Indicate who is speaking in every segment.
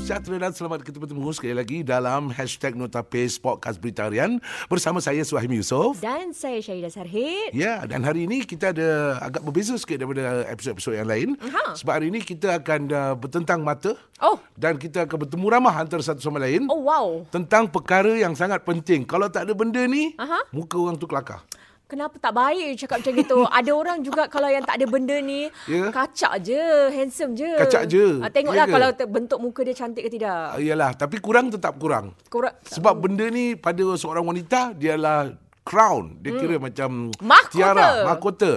Speaker 1: sejahtera dan selamat bertemu sekali lagi dalam hashtag Notapes Podcast Berita Harian bersama saya Suhaimi Yusof.
Speaker 2: Dan saya Syahidah Sarhid.
Speaker 1: Ya, dan hari ini kita ada agak berbeza sikit daripada episod-episod yang lain.
Speaker 2: Aha.
Speaker 1: Sebab hari ini kita akan uh, bertentang mata
Speaker 2: Oh.
Speaker 1: dan kita akan bertemu ramah antara satu sama lain
Speaker 2: Oh wow.
Speaker 1: tentang perkara yang sangat penting. Kalau tak ada benda ni,
Speaker 2: Aha.
Speaker 1: muka orang tu kelakar.
Speaker 2: Kenapa tak baik cakap macam gitu? ada orang juga kalau yang tak ada benda ni,
Speaker 1: Ya.
Speaker 2: kacak je, handsome je.
Speaker 1: Kacak je.
Speaker 2: Ah,
Speaker 1: Ya
Speaker 2: tengoklah
Speaker 1: ke?
Speaker 2: kalau ter- bentuk muka dia cantik ke tidak.
Speaker 1: Uh, Yalah, tapi kurang tetap kurang.
Speaker 2: Korang,
Speaker 1: Sebab benda ni pada seorang wanita dialah crown. Dia kira macam
Speaker 2: Hmm. Mahkota. Hmm.
Speaker 1: tiara, mahkota.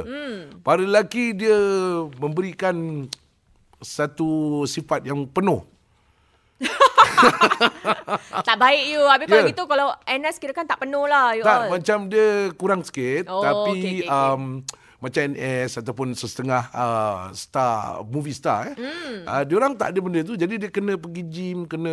Speaker 1: Pada lelaki dia memberikan satu sifat yang penuh.
Speaker 2: tak baik you. Habis kalau
Speaker 1: Ya.
Speaker 2: gitu kalau Anas kira kan tak penuh lah you
Speaker 1: Tak
Speaker 2: all.
Speaker 1: macam dia kurang sikit
Speaker 2: Oh,
Speaker 1: tapi
Speaker 2: okey, okey, okey.
Speaker 1: um, macam NS ataupun sesetengah uh, star movie star eh.
Speaker 2: Hmm.
Speaker 1: Uh, diorang tak ada benda tu jadi dia kena pergi gym, kena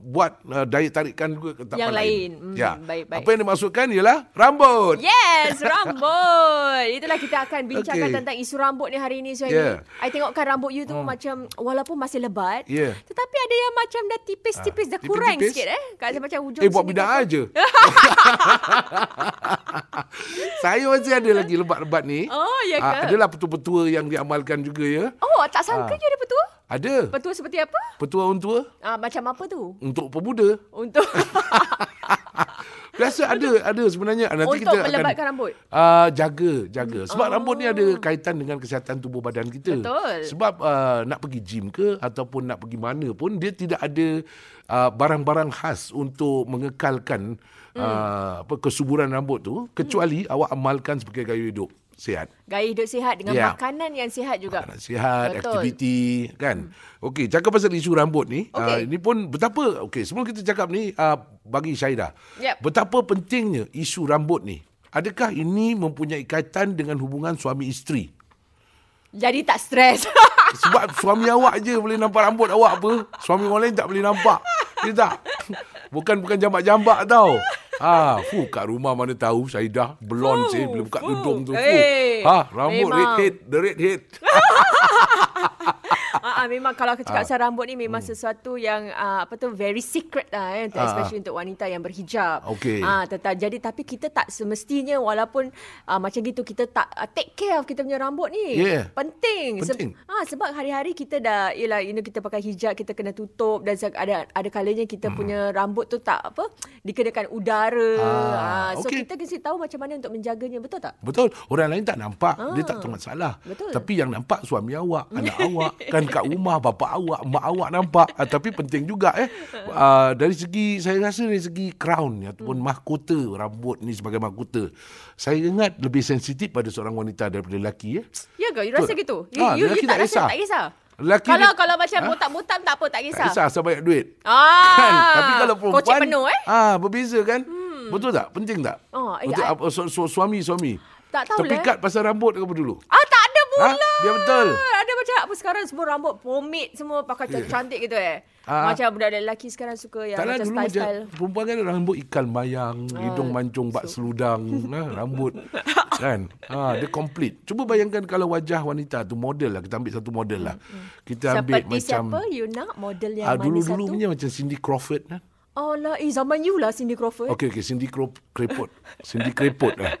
Speaker 1: buat uh, diet tarikan juga ke tapak
Speaker 2: Yang
Speaker 1: lain.
Speaker 2: lain. Hmm,
Speaker 1: Ya.
Speaker 2: baik-baik.
Speaker 1: Apa yang dimaksudkan ialah rambut.
Speaker 2: Yes, rambut. Itulah kita akan
Speaker 1: Okey.
Speaker 2: bincangkan okay. tentang isu rambut ni hari ni. So,
Speaker 1: Yeah.
Speaker 2: yeah. I tengokkan rambut you tu hmm. macam walaupun masih lebat.
Speaker 1: Yeah.
Speaker 2: Tetapi ada yang macam dah tipis-tipis,
Speaker 1: Ya. Ah,
Speaker 2: dah kurang
Speaker 1: tipis-tipis.
Speaker 2: sikit eh. Kat macam hujung
Speaker 1: Eh buat
Speaker 2: sini
Speaker 1: bidah
Speaker 2: tu.
Speaker 1: aja. Saya masih ada lagi lebat-lebat ni.
Speaker 2: Oh, ya
Speaker 1: Ah,
Speaker 2: ke?
Speaker 1: adalah petua-petua yang diamalkan juga ya.
Speaker 2: Oh, tak sangka je ada petua.
Speaker 1: Ada.
Speaker 2: Petua seperti apa?
Speaker 1: Petua untua
Speaker 2: Ah, macam apa tu?
Speaker 1: untuk pemuda.
Speaker 2: Untuk
Speaker 1: Biasa ada ada sebenarnya. Nanti kita
Speaker 2: Untuk
Speaker 1: akan
Speaker 2: melebatkan rambut?
Speaker 1: Uh, jaga, jaga. Sebab oh. rambut ni ada kaitan dengan kesihatan tubuh badan kita.
Speaker 2: Betul.
Speaker 1: Sebab uh, nak pergi gym ke ataupun nak pergi mana pun dia tidak ada uh, barang-barang khas untuk mengekalkan uh, apa kesuburan rambut tu kecuali awak amalkan sebagai gaya hidup sihat.
Speaker 2: gaya hidup sihat dengan
Speaker 1: Yeah.
Speaker 2: yeah. makanan yang sihat juga.
Speaker 1: Makanan sihat,
Speaker 2: Betul. Hmm.
Speaker 1: aktiviti kan. Okey, cakap pasal isu rambut ni,
Speaker 2: Okey.
Speaker 1: okay. uh, ini pun betapa okey, sebelum kita cakap ni uh, bagi Syahidah.
Speaker 2: Yep.
Speaker 1: Betapa pentingnya isu rambut ni. Adakah ini mempunyai kaitan dengan hubungan suami isteri?
Speaker 2: Jadi tak stres.
Speaker 1: Sebab suami awak je boleh nampak rambut awak apa? Suami orang lain tak boleh nampak. Dia tak. Bukan bukan jambak-jambak tau. Ha, fu kat rumah mana tahu Saidah blonde
Speaker 2: Fuh,
Speaker 1: sih bila buka
Speaker 2: fuh.
Speaker 1: tudung tu. Fu.
Speaker 2: Eh,
Speaker 1: ha, rambut
Speaker 2: memang.
Speaker 1: redhead, the redhead.
Speaker 2: Ah, ah, memang kalau aku cakap pasal rambut ni memang hmm. sesuatu yang ah, apa tu very secret lah eh, untuk-
Speaker 1: Ah, ah.
Speaker 2: especially untuk wanita yang berhijab.
Speaker 1: Okey.
Speaker 2: Ah teta- jadi tapi kita tak semestinya walaupun ah, macam gitu kita tak ah, take care of kita punya rambut ni.
Speaker 1: Yeah.
Speaker 2: Penting.
Speaker 1: Penting.
Speaker 2: ah sebab hari-hari kita dah ialah you know kita pakai hijab kita kena tutup dan se- ada ada kalanya kita hmm. punya rambut tu tak apa dikenakan udara.
Speaker 1: Ah,
Speaker 2: so
Speaker 1: okey.
Speaker 2: kita mesti tahu macam mana untuk menjaganya betul tak?
Speaker 1: Betul. Orang lain tak nampak. Dia tak tahu masalah.
Speaker 2: Ah. Betul.
Speaker 1: Tapi yang nampak suami awak, anak awak. Kan kat rumah, bapa awak, mak awak nampak. Ah, tapi penting juga eh. Ah, dari segi, saya rasa dari segi crown ni ataupun
Speaker 2: Hmm.
Speaker 1: mahkota rambut ni sebagai mahkota. Saya ingat lebih sensitif pada seorang wanita daripada lelaki ya.
Speaker 2: Ya ke? You rasa gitu? You,
Speaker 1: Ah,
Speaker 2: you, you
Speaker 1: lelaki
Speaker 2: tak,
Speaker 1: tak
Speaker 2: rasa
Speaker 1: kisah.
Speaker 2: tak kisah?
Speaker 1: Lelaki
Speaker 2: kalau
Speaker 1: dia-
Speaker 2: kalau macam
Speaker 1: Ah?
Speaker 2: botak-botak tak apa, tak kisah.
Speaker 1: Tak kisah asal banyak duit.
Speaker 2: Ah.
Speaker 1: Kan? Tapi kalau perempuan.
Speaker 2: Kocik penuh eh?
Speaker 1: Ah, berbeza kan? Hmm. Betul tak? Penting tak?
Speaker 2: Oh, eh,
Speaker 1: Untuk
Speaker 2: I-
Speaker 1: apa, su- su- suami-suami.
Speaker 2: Tak tahulah,
Speaker 1: Terpikat pasal rambut ke apa dulu?
Speaker 2: Ah tak ada pula.
Speaker 1: Ha? Biar betul.
Speaker 2: Ada macam apa sekarang semua rambut pomade semua pakai yeah. cantik gitu eh.
Speaker 1: Ah.
Speaker 2: Macam budak lelaki sekarang suka yang
Speaker 1: Tak lah
Speaker 2: macam
Speaker 1: dulu macam
Speaker 2: style-style. Ah,
Speaker 1: perempuan kan rambut ikan mayang, hidung mancung, bak seludang, nah, rambut kan. Ha, dia complete. Cuba bayangkan kalau wajah wanita tu model lah, kita ambil satu model lah. Kita ambil
Speaker 2: Seperti
Speaker 1: macam
Speaker 2: Hmm, siapa you nak model yang
Speaker 1: ah,
Speaker 2: mana
Speaker 1: dulu-dulu
Speaker 2: satu?
Speaker 1: punya macam Cindy Crawford kan.
Speaker 2: Alah, eh zaman you lah Cindy Crawford.
Speaker 1: Okey okey Cindy Crawf- Crawford. Cindy Crawford lah.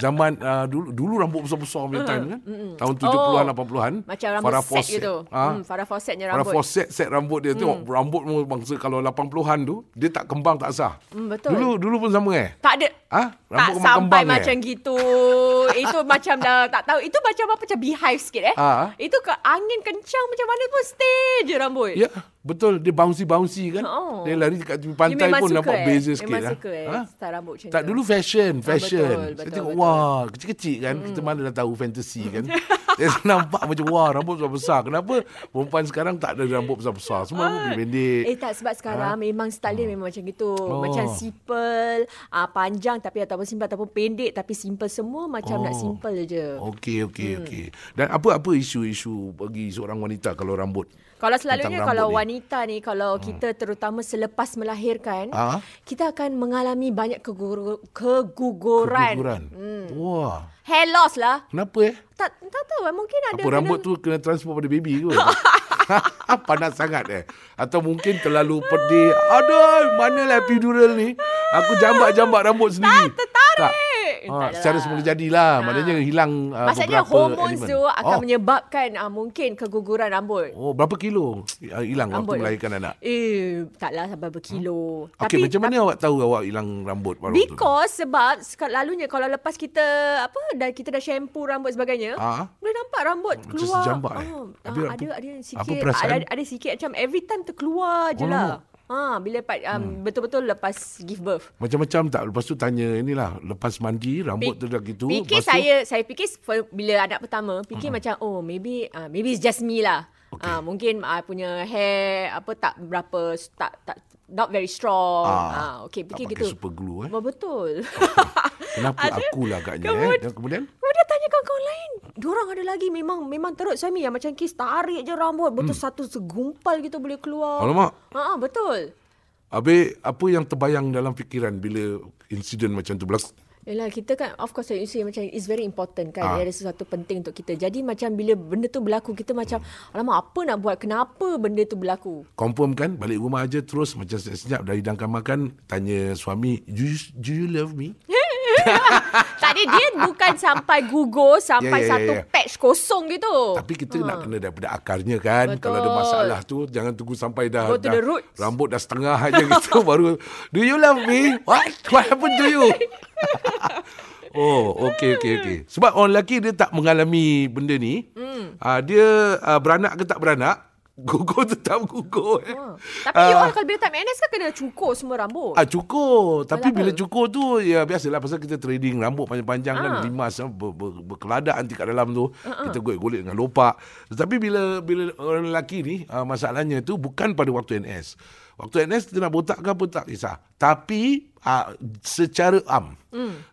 Speaker 1: Zaman uh, dulu dulu rambut besar-besar
Speaker 2: Hmm,
Speaker 1: punya time kan. Tahun 70-an 80-an.
Speaker 2: Oh. Macam rambut
Speaker 1: Farah
Speaker 2: set
Speaker 1: Fawcett.
Speaker 2: gitu.
Speaker 1: Ah.
Speaker 2: Hmm, Farah Fawcettnya
Speaker 1: Farah
Speaker 2: rambut. Hmm.
Speaker 1: Fawcett set rambut dia tengok rambut mu bangsa kalau 80-an tu dia tak kembang tak sah.
Speaker 2: Hmm, betul.
Speaker 1: Dulu dulu pun sama eh.
Speaker 2: Tak ada.
Speaker 1: Ah,
Speaker 2: tak
Speaker 1: rambut kembang-
Speaker 2: sampai
Speaker 1: kembang, eh?
Speaker 2: macam gitu. Itu macam dah tak tahu. Itu macam apa macam beehive sikit eh.
Speaker 1: Ah.
Speaker 2: Itu ke angin kencang macam mana pun stay je rambut.
Speaker 1: Ya, betul. Dia bouncy-bouncy kan.
Speaker 2: Oh.
Speaker 1: Dia lari dekat tepi
Speaker 2: You
Speaker 1: pantai
Speaker 2: memang
Speaker 1: pun
Speaker 2: suka,
Speaker 1: nampak
Speaker 2: eh?
Speaker 1: beza sikit.
Speaker 2: Memang
Speaker 1: lah.
Speaker 2: suka eh.
Speaker 1: Ha?
Speaker 2: Style rambut macam
Speaker 1: Tak
Speaker 2: tu.
Speaker 1: dulu fashion, fashion.
Speaker 2: betul,
Speaker 1: Saya
Speaker 2: betul,
Speaker 1: tengok,
Speaker 2: betul. Hmm.
Speaker 1: wah, kecil-kecil kan. Kita mana dah tahu fantasi kan. Dia nampak macam, wah, rambut besar-besar. Kenapa perempuan sekarang tak ada rambut besar-besar? Semua rambut pendek.
Speaker 2: Eh tak sebab sekarang ha? memang style dia memang macam gitu.
Speaker 1: Ah. Oh.
Speaker 2: Oh. Macam simple, uh, panjang tapi ataupun simple ataupun pendek tapi simple semua macam
Speaker 1: Oh.
Speaker 2: oh. nak simple je. Oh.
Speaker 1: Okey, okey, okey. Dan apa-apa isu-isu bagi seorang wanita kalau rambut?
Speaker 2: Kalau selalunya
Speaker 1: Tentang
Speaker 2: kalau
Speaker 1: rambut ni.
Speaker 2: wanita ni kalau kita terutama selepas melahirkan,
Speaker 1: Ah.
Speaker 2: kita akan mengalami banyak kegur- keguguran. Hmm.
Speaker 1: Keguguran. Wah,
Speaker 2: Hair loss lah.
Speaker 1: kenapa eh?
Speaker 2: Tak tak tahu lah. mungkin ada
Speaker 1: Apa rambut tu kena transfer pada baby ke? Panas sangat eh. Atau mungkin terlalu pedih. Aduh, manalah epidural ni? Aku jambak-jambak rambut sendiri.
Speaker 2: Tak, tertarik. Eh,
Speaker 1: Ha,
Speaker 2: tak
Speaker 1: secara
Speaker 2: adalah. Ah.
Speaker 1: semula jadilah. Maknanya hilang uh,
Speaker 2: Maksudnya
Speaker 1: beberapa
Speaker 2: hormon
Speaker 1: elemen.
Speaker 2: tu akan
Speaker 1: oh.
Speaker 2: oh. menyebabkan uh, mungkin keguguran rambut.
Speaker 1: Oh, berapa kilo uh, hilang waktu
Speaker 2: Rambut.
Speaker 1: melahirkan anak?
Speaker 2: Eh, taklah sampai berkilo. Hmm.
Speaker 1: Okey, macam mana awak tahu awak hilang rambut baru tu?
Speaker 2: Because sebab selalunya kalau lepas kita apa dah kita dah shampoo rambut sebagainya,
Speaker 1: Ah.
Speaker 2: boleh nampak rambut
Speaker 1: Macam
Speaker 2: keluar.
Speaker 1: sejambak, eh?
Speaker 2: Ah,
Speaker 1: Habis
Speaker 2: ah,
Speaker 1: apa-
Speaker 2: ada ada yang
Speaker 1: apa
Speaker 2: sikit
Speaker 1: perasaan?
Speaker 2: ada, ada sikit macam every time terkeluar je
Speaker 1: Oh, Hmm.
Speaker 2: lah. Ha, bila lepas, um, betul-betul lepas give birth.
Speaker 1: Macam-macam tak? Lepas tu tanya inilah. Lepas mandi, rambut
Speaker 2: Pi-
Speaker 1: tu dah gitu.
Speaker 2: Fikir
Speaker 1: lepas tu,
Speaker 2: saya saya fikir f- bila anak pertama fikir hmm. macam oh maybe uh, maybe it's just me lah.
Speaker 1: Okay.
Speaker 2: Okay. Uh, mungkin uh, punya hair apa tak berapa tak tak not very strong. Ah,
Speaker 1: Ah,
Speaker 2: uh, okey
Speaker 1: tak
Speaker 2: fikir
Speaker 1: pakai
Speaker 2: gitu.
Speaker 1: super glue eh.
Speaker 2: Wah, betul.
Speaker 1: Kenapa
Speaker 2: Ada-
Speaker 1: akulah agaknya eh?
Speaker 2: Kemudian-
Speaker 1: Dan kemudian?
Speaker 2: Kemudian tanya kawan-kawan lain. Diorang ada lagi memang memang teruk suami yang macam kis tarik je rambut. Betul hmm. satu segumpal gitu boleh keluar.
Speaker 1: Alamak.
Speaker 2: Ha, betul.
Speaker 1: Habis apa yang terbayang dalam fikiran bila insiden macam tu berlaku?
Speaker 2: Yalah kita kan of course you say macam it's very important
Speaker 1: Ah.
Speaker 2: kan ada sesuatu penting untuk kita. Jadi macam bila benda tu berlaku kita macam alamak apa nak buat kenapa benda tu berlaku.
Speaker 1: Confirm kan balik rumah aja terus macam senyap-senyap dari dangkan makan tanya suami do you, do you love me?
Speaker 2: Tadi dia bukan sampai gugur
Speaker 1: Ya, ya, ya,
Speaker 2: sampai yeah, yeah, satu
Speaker 1: ya.
Speaker 2: yeah. patch kosong gitu.
Speaker 1: Tapi kita nak kena daripada akarnya kan.
Speaker 2: Hmm. Betul.
Speaker 1: Kalau ada masalah tu jangan tunggu sampai dah,
Speaker 2: Go to
Speaker 1: dah
Speaker 2: the roots.
Speaker 1: rambut dah setengah aja gitu baru do you love me? What? What happened to you? oh, okey okey okey. Sebab orang lelaki dia tak mengalami benda ni.
Speaker 2: Hmm.
Speaker 1: Mm. Uh, dia uh, beranak ke tak beranak, gugur tetap gugur. Eh.
Speaker 2: Ha. Tapi you all kalau bila tak MNS kan kena cukur semua rambut.
Speaker 1: Ah cukur Tapi
Speaker 2: Kenapa?
Speaker 1: bila cukur tu Ya biasalah Pasal kita trading Rambut panjang-panjang Dan limas ah, ber, ber, Berkeladak nanti kat dalam tu Kita golek-golek dengan lopak Tetapi bila Bila orang lelaki ni ah, Masalahnya tu Bukan pada waktu NS Waktu NS Kita nak botak ke apa Tak kisah Tapi ah, Secara am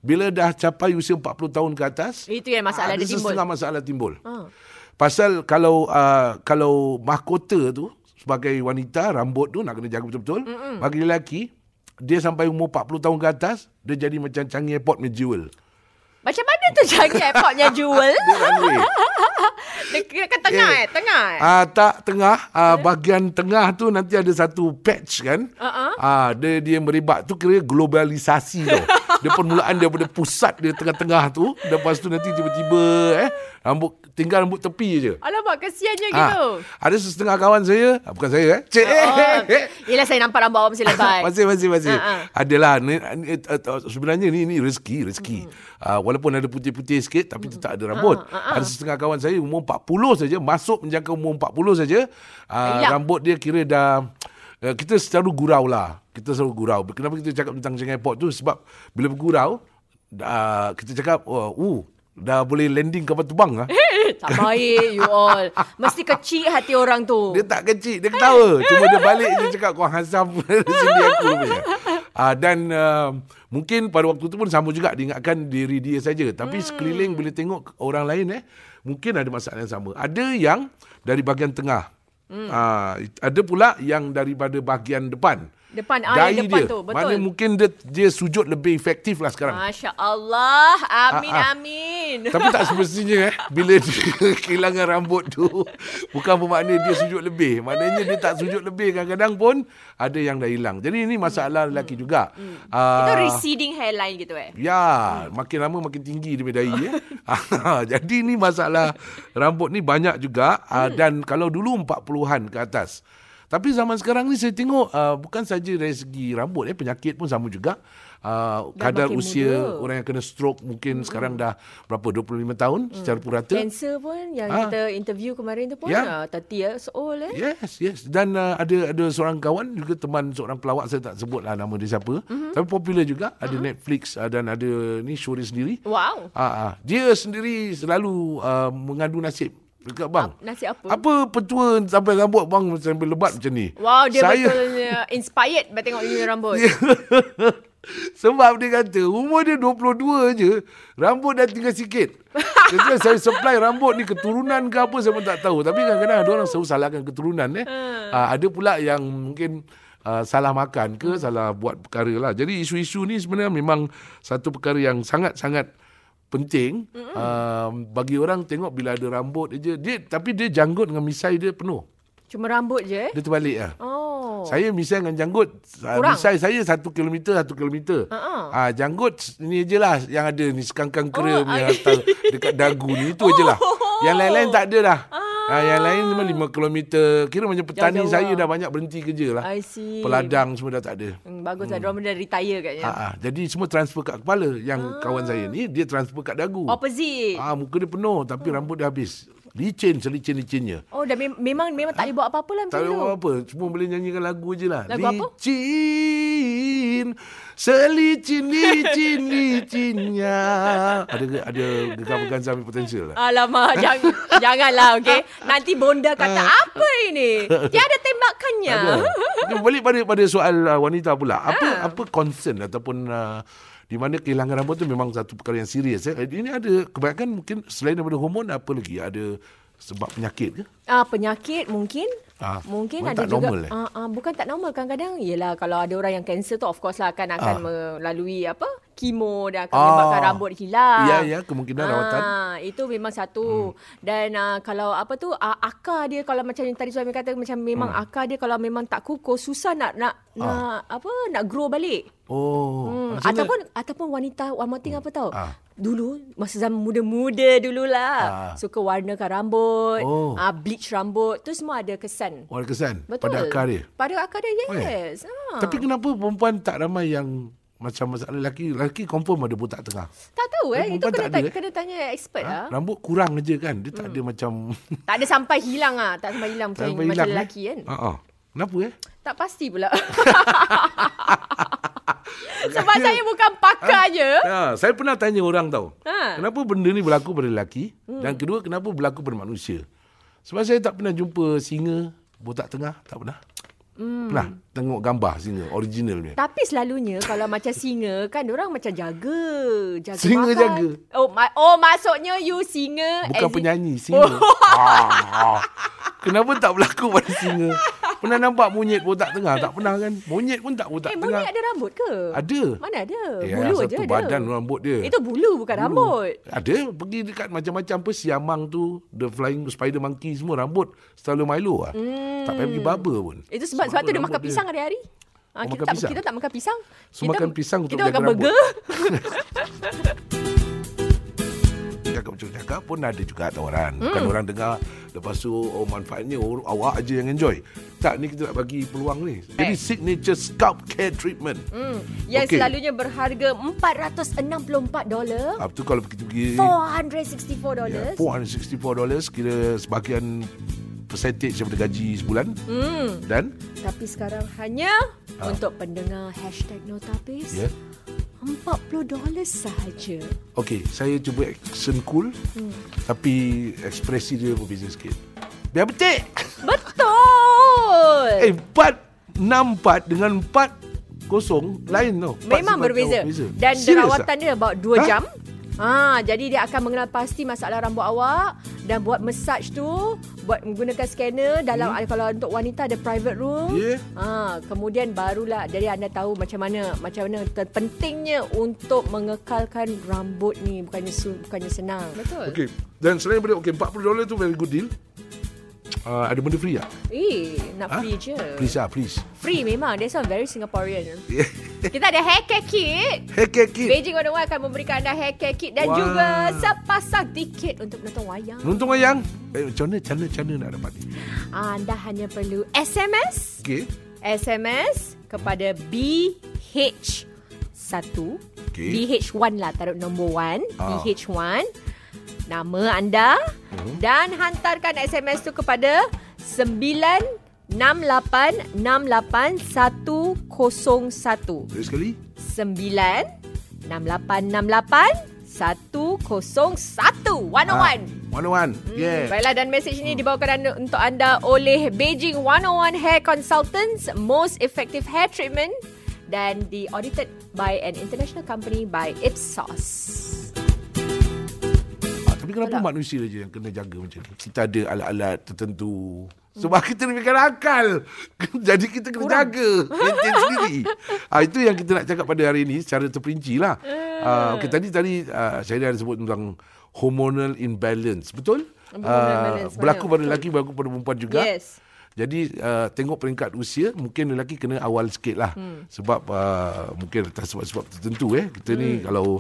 Speaker 1: Bila dah capai Usia 40 tahun ke atas
Speaker 2: Itu yang masalah
Speaker 1: ada
Speaker 2: dia timbul. Ha.
Speaker 1: setengah masalah timbul. Pasal kalau uh, kalau mahkota tu sebagai wanita rambut tu nak kena jaga betul-betul. Mm-mm. Bagi lelaki dia sampai umur 40 tahun ke atas dia jadi macam canggih airport punya jewel.
Speaker 2: Macam mana tu canggih airportnya jewel?
Speaker 1: Dia runway.
Speaker 2: Dekat tengah
Speaker 1: Eh.
Speaker 2: eh, tengah. eh.
Speaker 1: Ah tak tengah ah, bahagian tengah tu nanti ada satu patch kan.
Speaker 2: Uh-uh.
Speaker 1: Ah dia dia merebak tu kira globalisasi tau. dia permulaan daripada pusat dia tengah-tengah tu lepas tu nanti tiba-tiba eh rambut tinggal rambut tepi je.
Speaker 2: Alamak kesiannya
Speaker 1: Ah,
Speaker 2: gitu.
Speaker 1: Ada setengah kawan saya, ah, bukan saya eh. Cik.
Speaker 2: Oh, yelah saya nampak rambut awak masih lebat.
Speaker 1: Masih masih masih.
Speaker 2: Ha,
Speaker 1: Uh-huh. Adalah ni, ni, eh, eh, sebenarnya ni ni rezeki rezeki.
Speaker 2: Hmm.
Speaker 1: Uh, walaupun ada putih-putih sikit tapi tetap ada rambut.
Speaker 2: Ha, ha, ha.
Speaker 1: Ada setengah kawan saya umur 40 saja masuk menjangka umur 40 saja uh,
Speaker 2: Hilang.
Speaker 1: rambut dia kira dah uh, kita selalu gurau lah. Kita selalu gurau. Kenapa kita cakap tentang Shanghai Airport tu sebab bila bergurau uh, kita cakap uh, uh dah boleh landing kapal terbang lah.
Speaker 2: tak baik you all. Mesti kecil hati orang tu.
Speaker 1: Dia tak kecil, dia ketawa. Cuma dia balik dia cakap kau hasam sini aku punya. Ah dan uh, mungkin pada waktu tu pun sama juga diingatkan diri dia saja. Tapi hmm. sekeliling bila tengok orang lain eh mungkin ada masalah yang sama. Ada yang dari bahagian tengah. Hmm. Ah ada pula yang daripada bahagian depan.
Speaker 2: Depan, ah, yang
Speaker 1: dia.
Speaker 2: depan tu, betul.
Speaker 1: Mana mungkin dia dia sujud lebih efektif lah sekarang.
Speaker 2: Masya Allah. Amin,
Speaker 1: Ah, ah.
Speaker 2: amin.
Speaker 1: Tapi tak semestinya eh bila dia kehilangan rambut tu bukan bermakna dia sujud lebih. Maknanya dia tak sujud lebih kadang-kadang pun ada yang dah hilang. Jadi ini masalah lelaki juga. Ah,
Speaker 2: Itu receding hairline gitu eh.
Speaker 1: Ya, makin lama makin tinggi dia punya dahi eh. Jadi ni masalah rambut ni banyak juga ah,
Speaker 2: Hmm.
Speaker 1: dan kalau dulu 40-an ke atas. Tapi zaman sekarang ni saya tengok ah, bukan saja dari segi rambut eh penyakit pun sama juga. Ah,
Speaker 2: Dan
Speaker 1: kadar
Speaker 2: makin
Speaker 1: usia
Speaker 2: muda. Hmm.
Speaker 1: orang yang kena stroke mungkin sekarang dah berapa 25 tahun secara purata.
Speaker 2: Cancer pun yang
Speaker 1: Ah.
Speaker 2: kita interview kemarin tu pun
Speaker 1: Ya.
Speaker 2: yeah. uh, 30 years old eh.
Speaker 1: Yes, yes. Dan uh, ada ada seorang kawan juga teman seorang pelawak saya tak sebutlah nama dia siapa.
Speaker 2: Hmm.
Speaker 1: Mm-hmm. Tapi popular juga, ada mm-hmm. Netflix uh, dan ada ni show dia sendiri.
Speaker 2: Wow.
Speaker 1: Ah, ah. dia sendiri selalu uh, mengadu nasib dekat bang.
Speaker 2: Ap- nasib apa?
Speaker 1: Apa petua sampai rambut bang sampai lebat macam ni?
Speaker 2: Wow, dia
Speaker 1: saya, Ya.
Speaker 2: betulnya inspired bila tengok you punya rambut.
Speaker 1: Sebab dia kata umur dia 22 je Rambut dah tinggal sikit Kata saya supply rambut ni keturunan ke apa saya pun tak tahu Tapi kadang-kadang ada orang selalu salahkan keturunan eh. Uh, ada pula yang mungkin uh, salah makan ke salah buat perkara lah Jadi isu-isu ni sebenarnya memang satu perkara yang sangat-sangat penting Ah, uh, Bagi orang tengok bila ada rambut dia je dia, Tapi dia janggut dengan misai dia penuh
Speaker 2: Cuma rambut je eh?
Speaker 1: Dia terbalik lah.
Speaker 2: Oh.
Speaker 1: Saya misai dengan janggut. Ah,
Speaker 2: Kurang.
Speaker 1: Misai saya satu kilometer, satu kilometer.
Speaker 2: Ha-ha.
Speaker 1: Ah, janggut ni je lah yang ada ni. Sekangkang kera oh,
Speaker 2: Oh,
Speaker 1: punya
Speaker 2: ah.
Speaker 1: hantar dekat dagu ni. Itu je lah. Yang lain-lain
Speaker 2: Oh.
Speaker 1: tak ada dah. Ah. yang lain cuma lima kilometer. Kira macam petani
Speaker 2: Jauh-jauh
Speaker 1: saya
Speaker 2: lah.
Speaker 1: dah banyak berhenti kerja lah.
Speaker 2: I see.
Speaker 1: Peladang semua dah tak ada.
Speaker 2: Hmm, bagus lah. Diorang dah retire katnya.
Speaker 1: Ah, ah. Jadi semua transfer kat kepala. Yang
Speaker 2: Ah.
Speaker 1: kawan saya ni, dia transfer kat dagu.
Speaker 2: Oh, Opposite.
Speaker 1: Ah, muka dia penuh tapi
Speaker 2: Hmm.
Speaker 1: rambut dia habis. Licin, selicin-licinnya.
Speaker 2: Oh, dah mem- memang memang tak boleh buat apa-apa lah macam
Speaker 1: Ah. Tak
Speaker 2: tu.
Speaker 1: tahu apa Cuma boleh nyanyikan lagu je lah
Speaker 2: Lagu apa?
Speaker 1: Licin Selicin licin licinnya Ada ge- ada gegam-gegam sampai potensial lah
Speaker 2: Alamak, jang, janganlah, okey. Nanti bonda kata, apa ini? Tiada tembakannya.
Speaker 1: Ah. ada. Kita balik pada pada soal uh, wanita pula.
Speaker 2: Ah.
Speaker 1: Apa apa concern ataupun uh, di mana kehilangan rambut tu memang satu perkara yang serius eh. Ini ada kebanyakan mungkin selain daripada hormon apa lagi? Ada sebab penyakit ke?
Speaker 2: Ah, penyakit mungkin.
Speaker 1: Ah,
Speaker 2: mungkin
Speaker 1: bukan
Speaker 2: ada
Speaker 1: tak
Speaker 2: juga.
Speaker 1: normal, eh?
Speaker 2: ah, ah, bukan tak normal. Kadang-kadang, yelah kalau ada orang yang kanser tu, of course lah akan, akan melalui apa kimo dan akan
Speaker 1: Ah.
Speaker 2: menyebabkan rambut hilang.
Speaker 1: Ya, ya, kemungkinan rawatan. Hmm.
Speaker 2: Ah, itu memang satu. Dan ah, kalau apa tu, ah, akar dia kalau macam yang tadi suami kata, macam memang
Speaker 1: Hmm.
Speaker 2: akar dia kalau memang tak kukuh, susah nak nak,
Speaker 1: Ah.
Speaker 2: nak apa nak grow balik.
Speaker 1: Oh.
Speaker 2: Hmm,
Speaker 1: macam mana?
Speaker 2: ataupun ataupun wanita one more thing apa tahu?
Speaker 1: Ah.
Speaker 2: Dulu masa zaman muda-muda
Speaker 1: Ah.
Speaker 2: dululah. Suka warnakan rambut,
Speaker 1: Oh.
Speaker 2: ah bleach rambut, tu semua ada kesan.
Speaker 1: Orang kesan
Speaker 2: Betul.
Speaker 1: pada akar dia. Oh, ya?
Speaker 2: Pada akar dia, yes. Ah.
Speaker 1: Tapi kenapa perempuan tak ramai yang macam masalah lelaki lelaki confirm ada botak tengah.
Speaker 2: tak tahu eh,
Speaker 1: Tapi
Speaker 2: itu
Speaker 1: perempuan tak
Speaker 2: kena
Speaker 1: ada,
Speaker 2: ta-
Speaker 1: eh?
Speaker 2: kena tanya expert
Speaker 1: Ha?
Speaker 2: lah.
Speaker 1: Rambut kurang aja kan. Dia tak ada macam
Speaker 2: Tak ada sampai hilang ah, tak sampai hilang Hmm. macam
Speaker 1: sampai
Speaker 2: macam
Speaker 1: hilang.
Speaker 2: lelaki kan.
Speaker 1: Ha ah. Kenapa eh?
Speaker 2: Tak pasti pula. Sebab saya bukan pakarnya.
Speaker 1: Ha, saya pernah tanya orang tau.
Speaker 2: Ha.
Speaker 1: Kenapa benda ni berlaku pada lelaki hmm. dan kedua kenapa berlaku pada manusia? Sebab saya tak pernah jumpa singa botak tengah, tak pernah. Hmm. Pernah tengok gambar singa originalnya.
Speaker 2: Tapi selalunya kalau macam singa kan orang macam jaga, jaga
Speaker 1: Singa
Speaker 2: makan.
Speaker 1: jaga.
Speaker 2: Oh, ma- oh maksudnya you singa
Speaker 1: Bukan
Speaker 2: as in-
Speaker 1: penyanyi, singa. ah, ah. Kenapa tak berlaku pada singa? Pernah nampak monyet botak tengah? Tak pernah kan? Monyet pun tak botak
Speaker 2: Eh,
Speaker 1: tengah.
Speaker 2: monyet ada rambut ke?
Speaker 1: Ada.
Speaker 2: Mana ada?
Speaker 1: Eh,
Speaker 2: bulu
Speaker 1: satu
Speaker 2: je ada.
Speaker 1: badan rambut dia.
Speaker 2: Itu bulu bukan bulu. rambut.
Speaker 1: Ada pergi dekat macam-macam apa siamang tu, the flying spider monkey semua rambut selalu Milo lah. Hmm. Tak payah pergi barber pun.
Speaker 2: Itu sebab sebab,
Speaker 1: apa
Speaker 2: tu dia
Speaker 1: rambut
Speaker 2: makan pisang hari-hari. Ah,
Speaker 1: Oh,
Speaker 2: kita
Speaker 1: makan
Speaker 2: tak
Speaker 1: pisang?
Speaker 2: kita tak makan pisang.
Speaker 1: So, makan pisang untuk
Speaker 2: kita makan
Speaker 1: jaga rambut.
Speaker 2: burger.
Speaker 1: Cakap macam cakap pun ada juga tawaran. Hmm. Bukan orang dengar lepas tu oh manfaatnya or- awak aja yang enjoy. Tak ni kita nak bagi peluang ni. Jadi signature scalp care treatment. Hmm.
Speaker 2: yang
Speaker 1: Okey.
Speaker 2: selalunya berharga 464 dolar,
Speaker 1: Apa tu Ah, kalau kita pergi
Speaker 2: 464 dolar.
Speaker 1: Ya, $464 kira sebahagian percentage daripada gaji sebulan. Hmm. Dan
Speaker 2: Tapi sekarang hanya untuk pendengar hashtag Notapis.
Speaker 1: Ah. ya. Yeah.
Speaker 2: 40 dolar sahaja.
Speaker 1: Okey, saya cuba action cool. Hmm. Tapi ekspresi dia berbeza sikit. Biar betik.
Speaker 2: Betul.
Speaker 1: Eh, 4 64 dengan 4 kosong lain tau. Empat
Speaker 2: Memang
Speaker 1: sifat
Speaker 2: berbeza.
Speaker 1: jauh
Speaker 2: Dan
Speaker 1: Serius
Speaker 2: derawatan dia about 2
Speaker 1: Ha?
Speaker 2: jam. Ha, jadi dia akan mengenal pasti masalah rambut awak dan buat massage tu, buat menggunakan scanner dalam hmm. kalau untuk wanita ada private room.
Speaker 1: Ya.
Speaker 2: Ha, kemudian barulah jadi anda tahu macam mana macam mana ter- pentingnya untuk mengekalkan rambut ni bukannya su- bukannya senang.
Speaker 1: ah?
Speaker 2: Betul.
Speaker 1: Okey, dan selain daripada okey 40 dolar tu very good deal. Uh, ada benda free tak?
Speaker 2: Eh, nak
Speaker 1: Ha?
Speaker 2: free je.
Speaker 1: Please lah, please.
Speaker 2: Free memang. That's all very Singaporean. Kita ada hair care kit.
Speaker 1: Hey, kek, kek.
Speaker 2: Beijing 101 akan memberikan anda hair care kit dan
Speaker 1: Wah.
Speaker 2: juga sepasang tiket untuk menonton wayang.
Speaker 1: Nonton wayang. Eh, macam mana, macam mana, macam mana nak dapat ni?
Speaker 2: Ah, Anda hanya perlu SMS
Speaker 1: Okey.
Speaker 2: SMS kepada BH1
Speaker 1: Okey.
Speaker 2: BH1 lah taruh nombor 1
Speaker 1: Ah. Hmm.
Speaker 2: BH1 nama anda dan hantarkan SMS tu kepada 96868101
Speaker 1: Lagi sekali.
Speaker 2: 9 6868 101
Speaker 1: Ah,
Speaker 2: 101
Speaker 1: 101.
Speaker 2: Hmm,
Speaker 1: Yeah.
Speaker 2: Baiklah dan mesej ini dibawakan anda, untuk anda oleh Beijing 101 Hair Consultants Most Effective Hair Treatment dan di audited by an international company by Ipsos.
Speaker 1: Ah, tapi kenapa Betul. manusia je yang kena jaga macam ni? Kita ada alat-alat tertentu. Sebab kita lebihkan akal. Jadi kita kena Kurang. jaga. Maintain sendiri. Ah, itu yang kita nak cakap pada hari ini secara terperinci lah.
Speaker 2: Eh.
Speaker 1: Ah, okay, tadi tadi ah, saya dah sebut tentang hormonal imbalance. Betul? Ah,
Speaker 2: Hormonal imbalance,
Speaker 1: berlaku
Speaker 2: betul.
Speaker 1: pada lelaki, berlaku pada perempuan juga.
Speaker 2: Yes.
Speaker 1: Jadi uh, tengok peringkat usia mungkin lelaki kena awal sikit lah. Hmm. Sebab uh, mungkin atas sebab-sebab tertentu eh. Kita hmm. ni kalau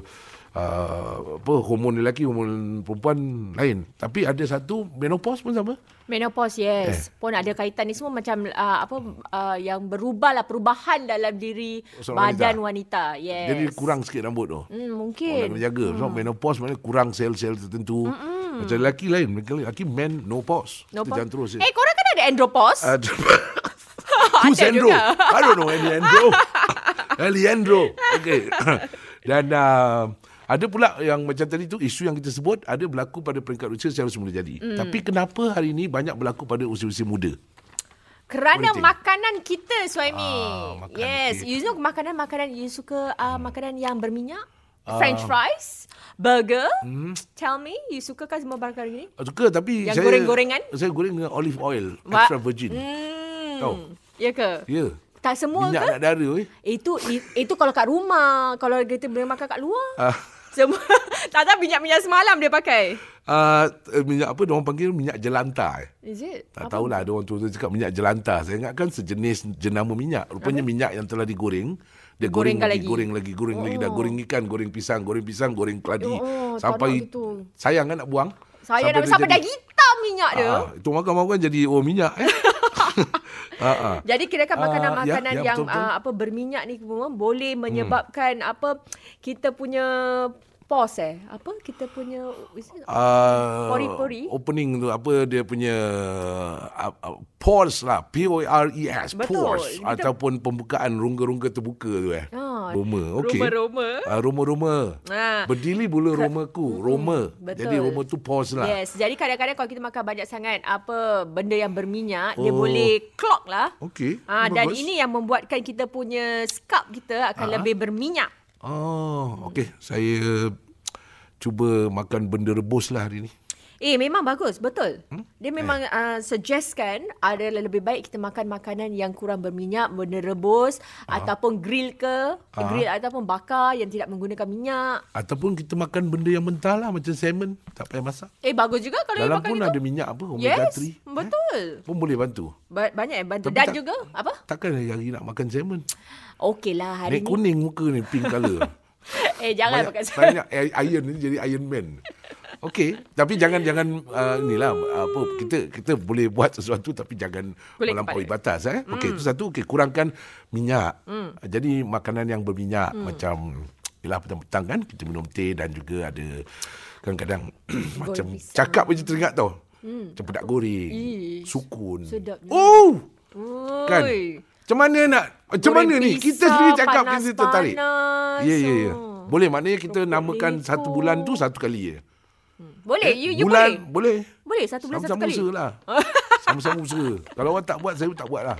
Speaker 1: uh, apa hormon lelaki hormon perempuan lain. Tapi ada satu menopause pun sama.
Speaker 2: Menopause yes. Eh. Pun ada kaitan ni semua macam uh, apa uh, yang berubahlah perubahan dalam diri
Speaker 1: Seorang
Speaker 2: badan wanita. Yes.
Speaker 1: Jadi kurang sikit rambut tu.
Speaker 2: Hmm,
Speaker 1: Orang kena
Speaker 2: mungkin.
Speaker 1: jaga. Sebab hmm. menopause maknanya kurang sel-sel tertentu. Hmm. Macam lelaki lain. Mereka Lelaki men no pause.
Speaker 2: No
Speaker 1: Kita jangan terus.
Speaker 2: pause. Eh, korang kan ada andropause?
Speaker 1: Uh, who's
Speaker 2: Ada
Speaker 1: Andrew?
Speaker 2: juga.
Speaker 1: I don't know Leandro. Leandro. Okay. Dan uh, ada pula yang macam tadi tu isu yang kita sebut ada berlaku pada peringkat usia secara semula jadi.
Speaker 2: Hmm.
Speaker 1: Mm. Tapi kenapa hari ini banyak berlaku pada usia-usia muda?
Speaker 2: Kerana
Speaker 1: Penting.
Speaker 2: makanan kita, Suhaimi.
Speaker 1: Ah, makanan
Speaker 2: yes,
Speaker 1: kita. Hmm.
Speaker 2: you know makanan-makanan you suka uh, makanan yang berminyak?
Speaker 1: Ah.
Speaker 2: French fries, burger.
Speaker 1: Hmm.
Speaker 2: Tell me, you suka kan semua barang ini?
Speaker 1: Ah, Suka tapi
Speaker 2: Yang
Speaker 1: saya
Speaker 2: goreng-gorengan?
Speaker 1: Saya goreng dengan olive oil
Speaker 2: Ba-
Speaker 1: extra virgin. Mm.
Speaker 2: Hmm.
Speaker 1: Tahu.
Speaker 2: Ya ke?
Speaker 1: Ya.
Speaker 2: Tak semua
Speaker 1: Minyak
Speaker 2: ke?
Speaker 1: nak dara eh.
Speaker 2: Itu i- itu kalau kat rumah, kalau kita boleh makan kat luar.
Speaker 1: Ah.
Speaker 2: Semua tak tahu minyak-minyak semalam dia pakai.
Speaker 1: Uh, minyak apa Diorang panggil minyak jelanta eh.
Speaker 2: Is it?
Speaker 1: Tak Apa? tahulah ada orang tu cakap minyak jelanta. Saya ingatkan sejenis jenama minyak. Rupanya Apa? minyak yang telah digoreng, dia goreng
Speaker 2: Gorengkan
Speaker 1: lagi,
Speaker 2: lagi.
Speaker 1: goreng lagi, goreng lagi, dah goreng ikan, goreng pisang, goreng pisang, goreng keladi.
Speaker 2: Oh, tak nak
Speaker 1: sampai
Speaker 2: gitu.
Speaker 1: sayang kan nak buang.
Speaker 2: Saya sampai,
Speaker 1: dia
Speaker 2: sampai
Speaker 1: jadi-
Speaker 2: dah hitam minyak dia.
Speaker 1: Ah, itu makan-makan jadi oh minyak eh. ah, ah.
Speaker 2: Jadi kirakan
Speaker 1: Ah,
Speaker 2: makanan-makanan
Speaker 1: ya, ya, Hmm.
Speaker 2: yang
Speaker 1: betul, betul.
Speaker 2: ah, apa berminyak ni semua boleh menyebabkan apa kita punya pos eh apa kita punya is it-
Speaker 1: Uh,
Speaker 2: Pori-pori.
Speaker 1: opening tu apa dia punya uh, uh, pores lah P O R E S
Speaker 2: Betul.
Speaker 1: pores
Speaker 2: Kita-
Speaker 1: ataupun pembukaan rongga-rongga terbuka tu eh
Speaker 2: Ah,
Speaker 1: roma okey
Speaker 2: roma-roma.
Speaker 1: uh, roma-roma
Speaker 2: Ah.
Speaker 1: berdiri bulu romaku roma
Speaker 2: betul.
Speaker 1: jadi roma tu pores lah
Speaker 2: Yes, jadi kadang-kadang kalau kita makan banyak sangat apa benda yang berminyak, oh. dia
Speaker 1: Oh.
Speaker 2: boleh clog lah.
Speaker 1: okey
Speaker 2: Ah dan
Speaker 1: bagus. Ah.
Speaker 2: ini yang membuatkan kita punya scalp kita akan lebih berminyak.
Speaker 1: oh okey saya cuba makan benda rebus lah hari ni
Speaker 2: Eh memang bagus, betul. Hmm? Dia memang eh. uh, suggestkan ada lebih baik kita makan makanan yang kurang berminyak, benda rebus
Speaker 1: Ah.
Speaker 2: ataupun grill ke, grill ataupun bakar yang tidak menggunakan minyak.
Speaker 1: ataupun kita makan benda yang mentah lah macam salmon tak payah masak
Speaker 2: Eh bagus juga kalau you
Speaker 1: dalam
Speaker 2: makan
Speaker 1: pun
Speaker 2: itu.
Speaker 1: ada minyak apa omega
Speaker 2: yes,
Speaker 1: 3
Speaker 2: betul.
Speaker 1: pun boleh bantu
Speaker 2: Ba- Banyak yang bantu.
Speaker 1: Tapi
Speaker 2: Dan
Speaker 1: tak-
Speaker 2: juga apa?
Speaker 1: Takkan hari nak makan salmon.
Speaker 2: Okey lah hari
Speaker 1: Ni
Speaker 2: ni.
Speaker 1: kuning muka ni pink colour.
Speaker 2: Eh jangan
Speaker 1: banyak,
Speaker 2: pakai saya.
Speaker 1: banyak i- iron ni jadi Iron Man. Okey, tapi jangan jangan uh, inilah apa kita kita boleh buat sesuatu tapi jangan
Speaker 2: Kulit
Speaker 1: melampaui batas eh.
Speaker 2: Hmm.
Speaker 1: Okey, itu satu okey kurangkan minyak. Uh, Jadi makanan yang berminyak
Speaker 2: Hmm.
Speaker 1: macam yalah petang-petang kan kita minum teh dan juga ada kadang-kadang macam
Speaker 2: pisang. Hmm.
Speaker 1: cakap je teringat tau. Macam pedak goreng, sukun.
Speaker 2: Sedapnya.
Speaker 1: Oh! Kan?
Speaker 2: Oi.
Speaker 1: Macam mana nak Macam
Speaker 2: Goreng
Speaker 1: mana ni Kita
Speaker 2: pisang,
Speaker 1: sendiri cakap
Speaker 2: panas,
Speaker 1: Kita tertarik
Speaker 2: panas.
Speaker 1: Ya ya ya
Speaker 2: Oh.
Speaker 1: Boleh maknanya kita
Speaker 2: Rokok
Speaker 1: namakan
Speaker 2: leko.
Speaker 1: Satu bulan tu Satu kali je
Speaker 2: Boleh, Eh, you, you
Speaker 1: Eh, Bulan
Speaker 2: boleh.
Speaker 1: boleh
Speaker 2: Boleh satu bulan satu
Speaker 1: Sama-sama
Speaker 2: kali.
Speaker 1: usaha lah Sama-sama usaha Kalau orang tak buat Saya pun tak buat lah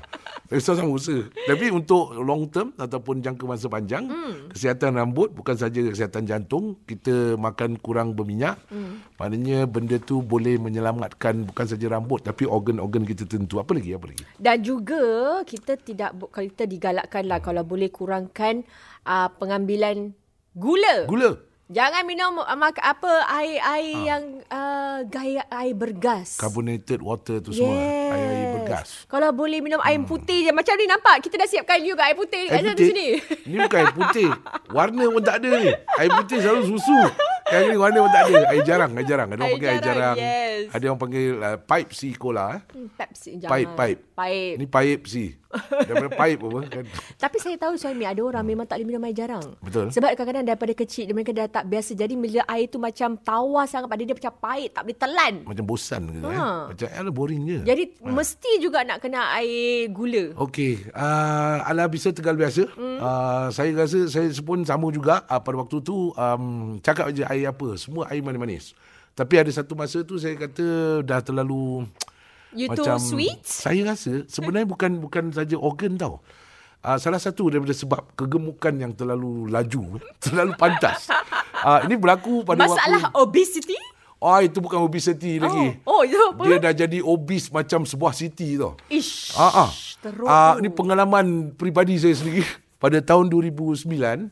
Speaker 1: Saya sama-sama usaha Tapi untuk long term Ataupun jangka masa panjang
Speaker 2: Hmm.
Speaker 1: Kesihatan rambut Bukan saja kesihatan jantung Kita makan kurang berminyak
Speaker 2: Hmm.
Speaker 1: Maknanya benda tu Boleh menyelamatkan Bukan saja rambut Tapi organ-organ kita tentu Apa lagi Apa lagi
Speaker 2: Dan juga kita tidak bu- kalau kita digalakkan lah kalau boleh kurangkan uh, pengambilan gula.
Speaker 1: Gula
Speaker 2: gula. Jangan minum uh, mak, apa air-air ha. yang uh, gaya air bergas.
Speaker 1: carbonated water tu semua air-air bergas. Hmm.
Speaker 2: Kalau boleh minum air putih je macam ni nampak kita dah siapkan you kat air putih kat sana Eh, sini.
Speaker 1: Ni bukan air putih. Warna pun tak ada ni. Air putih selalu susu. Kali ni warna pun tak ada. Air jarang, air jarang. Ada orang
Speaker 2: Air
Speaker 1: panggil air
Speaker 2: jarang,
Speaker 1: jarang.
Speaker 2: yes.
Speaker 1: Ada orang panggil uh, pipe si cola eh.
Speaker 2: Hmm, Pepsi jangan.
Speaker 1: Pipe, pipe.
Speaker 2: Pipe.
Speaker 1: Ni pipe si. Daripada pipe apa kan.
Speaker 2: Tapi saya tahu suami ada orang memang tak boleh minum air jarang.
Speaker 1: Betul.
Speaker 2: Sebab kadang-kadang daripada kecil dia mereka dah tak biasa. Jadi bila air tu macam tawar sangat pada dia macam pahit, tak boleh telan.
Speaker 1: Macam bosan ke kan.
Speaker 2: Ha.
Speaker 1: Macam ala boring je.
Speaker 2: Jadi ha. mesti juga nak kena air gula.
Speaker 1: Okey, uh, ala bisa tegal biasa.
Speaker 2: Hmm.
Speaker 1: Mm. Uh, saya rasa saya pun sama juga uh, pada waktu tu um, cakap je air apa, semua air manis-manis. Tapi ada satu masa tu saya kata dah terlalu
Speaker 2: You
Speaker 1: macam
Speaker 2: too sweet?
Speaker 1: Saya rasa sebenarnya bukan bukan saja organ tau. Uh, salah satu daripada sebab kegemukan yang terlalu laju, terlalu pantas. Uh, ini berlaku pada
Speaker 2: Masalah
Speaker 1: waktu
Speaker 2: obesity?
Speaker 1: Oh, itu bukan obesity oh. lagi.
Speaker 2: Oh, oh itu apa?
Speaker 1: Dia dah jadi obes macam sebuah city tau.
Speaker 2: Ish.
Speaker 1: Ah, ah.
Speaker 2: Teruk.
Speaker 1: Ah, ni
Speaker 2: tu.
Speaker 1: perengalaman peribadi saya sendiri pada tahun 2009. ah,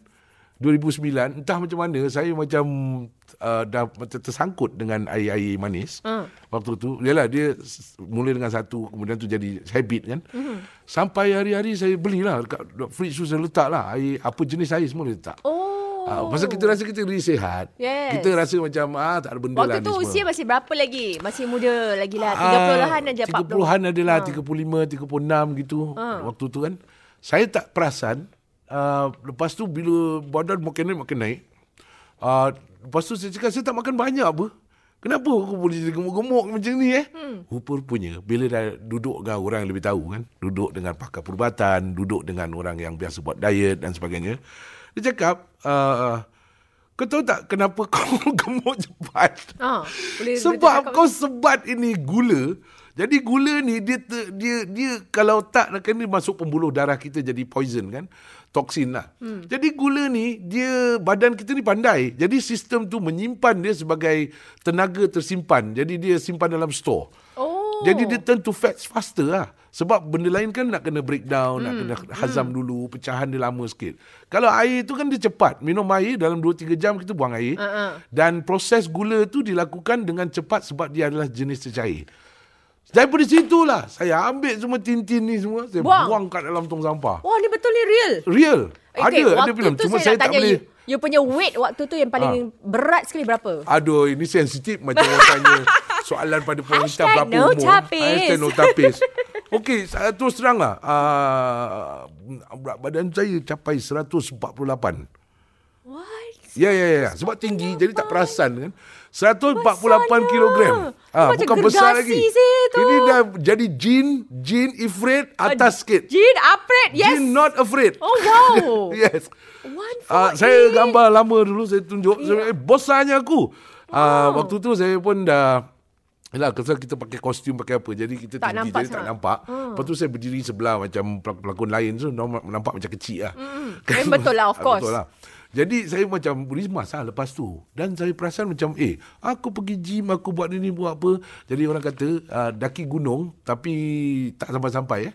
Speaker 1: 2009 entah macam mana saya macam uh, dah macam tersangkut dengan air-air manis.
Speaker 2: Ah.
Speaker 1: waktu tu yalah dia s- mula dengan satu kemudian tu jadi habit kan. Mm-hmm.
Speaker 2: Mhm.
Speaker 1: Sampai hari-hari saya belilah dekat fridge tu saya letak lah air apa jenis air semua letak.
Speaker 2: Oh.
Speaker 1: Ah, pasal kita rasa kita diri sihat.
Speaker 2: Yes.
Speaker 1: Kita rasa macam ah tak ada benda lah
Speaker 2: Waktu
Speaker 1: ni
Speaker 2: tu
Speaker 1: semua.
Speaker 2: usia masih berapa lagi? Masih muda lagi lah.
Speaker 1: Ah,
Speaker 2: 30-an aja 40.
Speaker 1: 30-an adalah ha. 35, 36 gitu ha. waktu tu kan. Saya tak perasan uh, lepas tu bila badan makin naik makin naik. Uh, lepas tu saya cakap saya tak makan banyak apa. Kenapa aku boleh jadi gemuk-gemuk macam ni eh? Hmm. Rupa-rupanya bila dah duduk dengan orang yang lebih tahu kan. Duduk dengan pakar perubatan, duduk dengan orang yang biasa buat diet dan sebagainya. Dia cakap, uh, kau tahu tak kenapa kau gemuk cepat?
Speaker 2: Ah, boleh
Speaker 1: Sebab kau sebat ini gula. Jadi gula ni dia ter, dia dia kalau tak nak kena masuk pembuluh darah kita jadi poison kan. Toksin lah. Hmm. Jadi gula ni dia badan kita ni pandai. Jadi sistem tu menyimpan dia sebagai tenaga tersimpan. Jadi dia simpan dalam store.
Speaker 2: Oh.
Speaker 1: Jadi dia turn to fats faster lah. Sebab benda lain kan nak kena breakdown, nak kena
Speaker 2: Hmm.
Speaker 1: hazam dulu, pecahan dia lama sikit. Kalau air tu kan dia cepat. Minum air dalam 2-3 jam kita buang air.
Speaker 2: Uh-uh.
Speaker 1: Dan proses gula tu dilakukan dengan cepat sebab dia adalah jenis cecair. Daripada situlah saya ambil semua tintin ni semua, saya
Speaker 2: Buang.
Speaker 1: buang, buang kat dalam tong sampah.
Speaker 2: Wah, ni betul ni real.
Speaker 1: Real.
Speaker 2: Okay,
Speaker 1: ada ada
Speaker 2: eh, waktu
Speaker 1: filem
Speaker 2: tu
Speaker 1: cuma saya,
Speaker 2: nak
Speaker 1: tak
Speaker 2: tanya
Speaker 1: boleh. Ah.
Speaker 2: You, you punya weight waktu tu yang paling berat sekali berapa?
Speaker 1: Aduh, ini sensitif macam orang tanya soalan pada pemerintah
Speaker 2: Hashtag
Speaker 1: berapa
Speaker 2: no
Speaker 1: umur.
Speaker 2: tapis.
Speaker 1: Hashtag no tapis. Okey, saya terus terang lah. Uh, berat badan saya capai 148.
Speaker 2: What?
Speaker 1: Ya, ya, ya. Sebab tinggi, jadi tak perasan kan. 148
Speaker 2: Besarnya.
Speaker 1: kilogram.
Speaker 2: Tu
Speaker 1: Ah,
Speaker 2: macam
Speaker 1: bukan besar
Speaker 2: gergasi
Speaker 1: lagi.
Speaker 2: sih tu.
Speaker 1: Ini dah jadi jin, jin ifrit atas sikit.
Speaker 2: Jin upgrade, yes.
Speaker 1: Jin not afraid.
Speaker 2: Oh, wow.
Speaker 1: yes.
Speaker 2: One
Speaker 1: Ah, saya gambar lama dulu saya tunjuk
Speaker 2: Ya.
Speaker 1: yeah. saya, eh, bosannya aku. Ah,
Speaker 2: Wow.
Speaker 1: waktu tu saya pun dah Yalah, pasal kita pakai kostum, pakai apa. Jadi kita
Speaker 2: Tak
Speaker 1: tinggi, jadi
Speaker 2: nampak
Speaker 1: tak
Speaker 2: sangat. Ah.
Speaker 1: nampak. Hmm. Lepas tu saya berdiri sebelah macam pelak- pelakon lain tu, nampak, nampak macam kecil lah. Hmm.
Speaker 2: Eh, betul lah, of course.
Speaker 1: Betul lah. Jadi saya macam rimas lah lepas tu. Dan saya perasan macam, eh, aku pergi gym, aku buat ni, ni buat apa. Jadi orang kata, uh, daki gunung tapi tak sampai-sampai eh.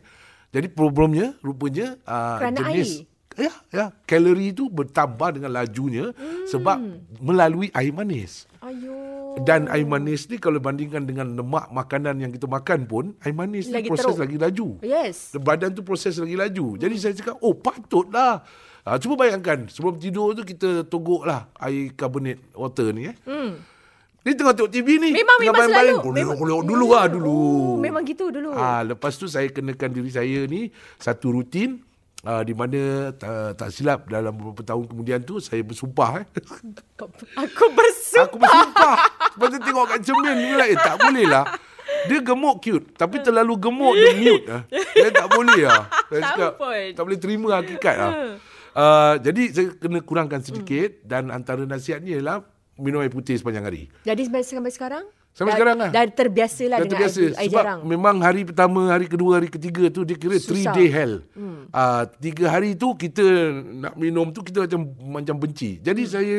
Speaker 1: Jadi problemnya, rupanya uh,
Speaker 2: Kerana air.
Speaker 1: jenis Ya, ya, kalori itu bertambah dengan lajunya hmm. sebab melalui air manis.
Speaker 2: Ayo.
Speaker 1: Dan air manis ni kalau bandingkan dengan lemak makanan yang kita makan pun, air manis ni
Speaker 2: Lagi
Speaker 1: proses
Speaker 2: teruk.
Speaker 1: lagi laju.
Speaker 2: Yes.
Speaker 1: Badan tu proses lagi laju. Jadi saya cakap, oh patutlah. Ha, cuba bayangkan, sebelum tidur tu kita togok lah air carbonate water ni. Eh.
Speaker 2: Hmm.
Speaker 1: Ni tengah tengok TV ni.
Speaker 2: Memang
Speaker 1: tengah
Speaker 2: memang selalu. Memang-
Speaker 1: Kuliok-kuliok dulu lah dulu.
Speaker 2: Oh, memang gitu dulu.
Speaker 1: Ah, lepas tu saya kenakan diri saya ni satu rutin ah, di mana tak, tak silap dalam beberapa tahun kemudian tu saya bersumpah eh.
Speaker 2: Aku bersumpah.
Speaker 1: Aku bersumpah. Lepas tu tengok kat cermin ni lah, eh tak boleh lah. Dia gemuk cute tapi terlalu gemuk dia mute lah. Dia tak boleh lah. Saya
Speaker 2: Tak
Speaker 1: cakap,
Speaker 2: ampun.
Speaker 1: tak boleh terima hakikat lah. Uh, jadi saya kena kurangkan sedikit dan antara nasihatnya ialah minum air putih sepanjang hari.
Speaker 2: Jadi sampai- sampai sekarang?
Speaker 1: Sampai
Speaker 2: dah,
Speaker 1: sekarang lah.
Speaker 2: Dah terbiasa lah
Speaker 1: Dah
Speaker 2: dengan
Speaker 1: terbiasa
Speaker 2: air, air
Speaker 1: sebab
Speaker 2: jarang.
Speaker 1: memang hari pertama, hari kedua, hari ketiga tu dia kira three
Speaker 2: Susah.
Speaker 1: day hell. Hmm. Uh, tiga hari tu kita nak minum tu kita macam macam benci. Jadi hmm. saya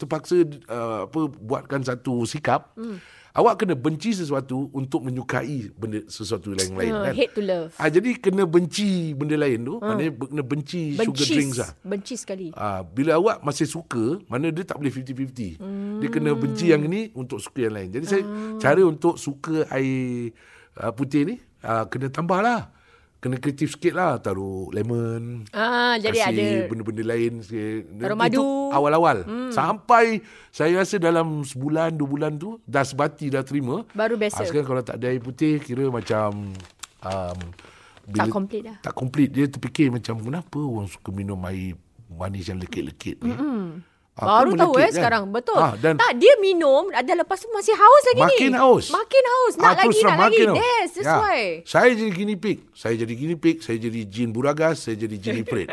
Speaker 1: terpaksa uh, apa buatkan satu sikap. Hmm. Awak kena benci sesuatu untuk menyukai benda sesuatu yang lain
Speaker 2: Ah,
Speaker 1: kan.
Speaker 2: hate Ah. to love.
Speaker 1: Ah jadi kena benci benda lain tu, hmm. maknanya kena benci sugar drinks lah.
Speaker 2: Benci sekali.
Speaker 1: Ah, bila awak masih suka, mana dia tak boleh 50-50. Hmm. Dia kena benci yang ini untuk suka yang lain. Jadi saya cara untuk suka air uh, putih ni uh, kena tambah lah. Kena kreatif sikit lah. Taruh lemon.
Speaker 2: Ah,
Speaker 1: kasih
Speaker 2: jadi ada
Speaker 1: benda-benda lain. sikit. Dan
Speaker 2: Taruh
Speaker 1: itu
Speaker 2: madu.
Speaker 1: Awal-awal. Hmm. Sampai saya rasa dalam sebulan, dua bulan tu dah sebati dah terima.
Speaker 2: Baru
Speaker 1: Ah,
Speaker 2: biasa.
Speaker 1: sekarang kalau tak ada air putih kira macam... Um,
Speaker 2: Tak complete dah.
Speaker 1: tak complete dia terfikir macam kenapa orang suka minum air manis yang lekit-lekit ni. Mm-hmm.
Speaker 2: Baru tahu eh sekarang Betul
Speaker 1: Ah, dan
Speaker 2: Tak dia minum ah, Dan lepas tu masih haus lagi
Speaker 1: makin
Speaker 2: ni
Speaker 1: haus.
Speaker 2: Makin haus Nak
Speaker 1: Ah, terus
Speaker 2: lagi nak
Speaker 1: terang
Speaker 2: lagi
Speaker 1: makin haus.
Speaker 2: Yes that's
Speaker 1: Ya.
Speaker 2: why
Speaker 1: Saya jadi guinea pig. Saya jadi guinea pig. Saya jadi jin buragas. Saya jadi jin ifrit.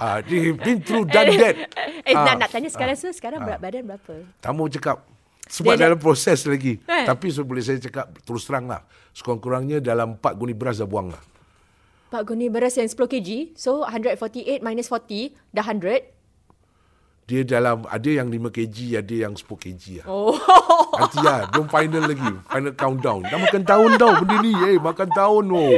Speaker 1: ah, dia been through done that.
Speaker 2: Eh nak,
Speaker 1: Ah,
Speaker 2: nak tanya sekarang sir Sekarang berat badan berapa
Speaker 1: Tamu cakap sebab
Speaker 2: Dia-
Speaker 1: dalam proses lagi.
Speaker 2: Eh.
Speaker 1: Tapi so, boleh saya cakap terus terang lah. Sekurang-kurangnya dalam 4 guni beras dah buang lah.
Speaker 2: Pak Guni beras yang 10 kg So 148 minus 40 Dah 100
Speaker 1: Dia dalam ada yang 5 kg, ada yang 10 kg lah.
Speaker 2: Oh
Speaker 1: Nanti lah Belum final lagi Final countdown Dah makan tahun tau Benda ni Eh makan tahun oh.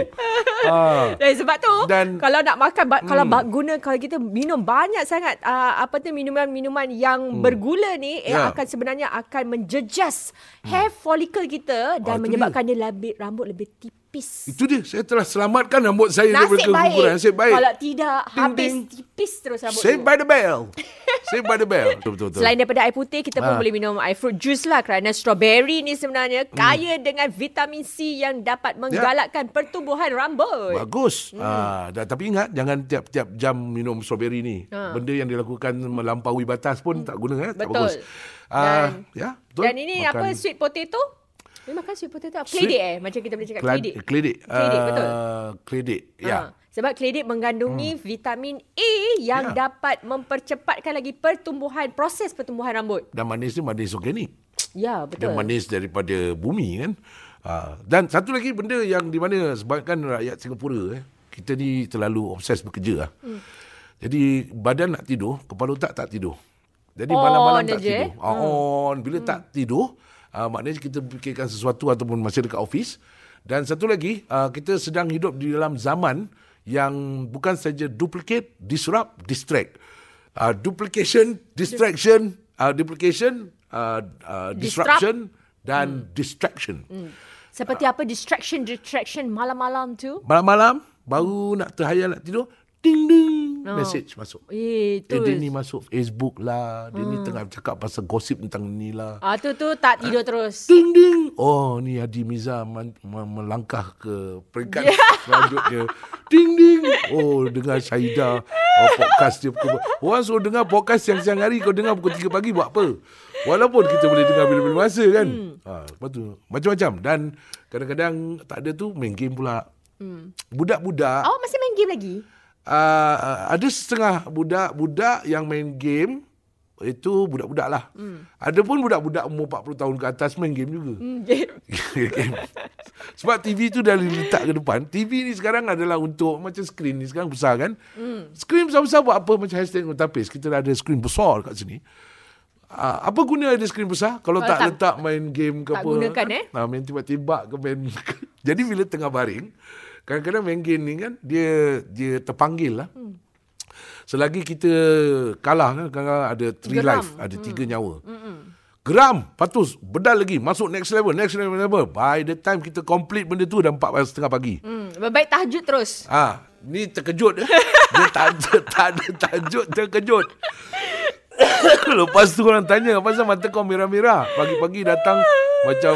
Speaker 1: Ah.
Speaker 2: Dan sebab tu
Speaker 1: Dan- Hmm.
Speaker 2: Dan, kalau nak makan ba- kalau ba- guna kalau kita minum banyak sangat uh, apa tu minuman-minuman yang bergula ni
Speaker 1: Hmm.
Speaker 2: eh,
Speaker 1: Ya. Hmm.
Speaker 2: akan sebenarnya akan menjejas hair follicle
Speaker 1: Ah,
Speaker 2: kita dan
Speaker 1: itu
Speaker 2: menyebabkan dia lebih rambut lebih tipis.
Speaker 1: Itu dia. Saya telah selamatkan rambut saya daripada
Speaker 2: Nasib baik.
Speaker 1: keguguran. Nasib baik.
Speaker 2: Kalau tidak
Speaker 1: Ding,
Speaker 2: habis
Speaker 1: ding.
Speaker 2: tipis terus rambut.
Speaker 1: Saved
Speaker 2: tu.
Speaker 1: by the bell. Saved by the bell. Betul, betul, betul.
Speaker 2: Selain daripada air putih, kita pun
Speaker 1: Ah.
Speaker 2: boleh minum air fruit juice lah kerana strawberry ni sebenarnya
Speaker 1: Hmm.
Speaker 2: kaya dengan vitamin C yang
Speaker 1: Ya.
Speaker 2: dapat menggalakkan pertumbuhan rambut.
Speaker 1: Bagus. Hmm. Ah, dah, tapi ingat jangan tiap-tiap jam minum strawberry ni.
Speaker 2: Ah.
Speaker 1: Benda yang dilakukan melampaui batas pun tak guna eh, tak
Speaker 2: Betul.
Speaker 1: bagus. Ah,
Speaker 2: Dan-
Speaker 1: ya, betul.
Speaker 2: Dan ini
Speaker 1: Makan
Speaker 2: apa sweet potato? Ni makan sweet potato apa?
Speaker 1: Sweet-
Speaker 2: Kledik eh macam kita boleh cakap
Speaker 1: klad-
Speaker 2: kledik.
Speaker 1: Kledik.
Speaker 2: Kledik
Speaker 1: Ah,
Speaker 2: betul.
Speaker 1: Kledik. Ya. Hmm.
Speaker 2: Ha. Sebab kledik mengandungi vitamin A yang
Speaker 1: Ya.
Speaker 2: dapat mempercepatkan lagi pertumbuhan proses pertumbuhan rambut.
Speaker 1: Dan manis ni manis organik.
Speaker 2: Ya,
Speaker 1: Dia
Speaker 2: betul.
Speaker 1: manis daripada bumi kan. Ah, dan satu lagi benda yang di mana sebabkan rakyat Singapura eh, kita ni terlalu obses bekerja lah. Hmm. Jadi badan nak tidur, kepala otak tak tidur. Jadi
Speaker 2: On
Speaker 1: malam-malam tak
Speaker 2: aja,
Speaker 1: tidur. Ah, on. Bila hmm. tak tidur, ah, maknanya kita fikirkan sesuatu ataupun masih dekat office. Dan satu lagi, ah, kita sedang hidup di dalam zaman yang bukan saja duplicate, disrupt, distract. Ah, duplication, distraction, ah, duplication, ah, ah, disruption dan distraction.
Speaker 2: Seperti apa distraction distraction malam-malam tu?
Speaker 1: Malam-malam baru nak terhayal nak tidur, ding ding
Speaker 2: Oh.
Speaker 1: message masuk.
Speaker 2: Eh,
Speaker 1: Eh,
Speaker 2: tu.
Speaker 1: dia ni masuk Facebook lah. Dia ni tengah cakap pasal gosip tentang ni lah.
Speaker 2: Ah tu tu tak tidur terus.
Speaker 1: Ding ding. Oh, ni Hadi Miza man, ma- melangkah ke peringkat selanjutnya. Ding ding. Oh, dengar Syahidah. Oh, podcast dia pukul. Orang suruh dengar podcast siang-siang hari. Kau dengar pukul 3 pagi buat apa? Walaupun kita boleh dengar bila-bila masa kan. Ha, lepas tu, macam-macam. Dan kadang-kadang tak ada tu main game pula. Budak-budak
Speaker 2: Awak oh, masih main game lagi?
Speaker 1: uh, ada setengah budak-budak yang main game itu budak-budak lah. Hmm. Ada pun budak-budak umur 40 tahun ke atas main game juga.
Speaker 2: Hmm, game.
Speaker 1: Game. Sebab TV tu dah diletak ke depan. TV ni sekarang adalah untuk macam skrin ni sekarang besar kan. Hmm. Skrin besar-besar buat apa macam hashtag Notapis. Kita dah ada skrin besar kat sini. Uh, apa guna ada skrin besar kalau
Speaker 2: Kalau
Speaker 1: tak,
Speaker 2: tak-
Speaker 1: letak main game ke
Speaker 2: tak
Speaker 1: apa.
Speaker 2: gunakan, eh?
Speaker 1: Ha, main tiba-tiba ke main. Jadi bila tengah baring, kadang-kadang main game ni kan dia dia terpanggil lah. Hmm. Selagi kita kalah kan kadang-kadang ada three
Speaker 2: Geram.
Speaker 1: life, ada tiga nyawa. Geram, patus, bedal lagi, masuk next level, next level, next level. By the time kita complete benda tu dah empat pagi setengah pagi.
Speaker 2: Hmm, baik tahajud terus.
Speaker 1: Ah, ni terkejut eh. Dia tak ada, tak ada tajud, terkejut. Lepas tu orang tanya Pasal mata kau merah-merah Pagi-pagi datang Macam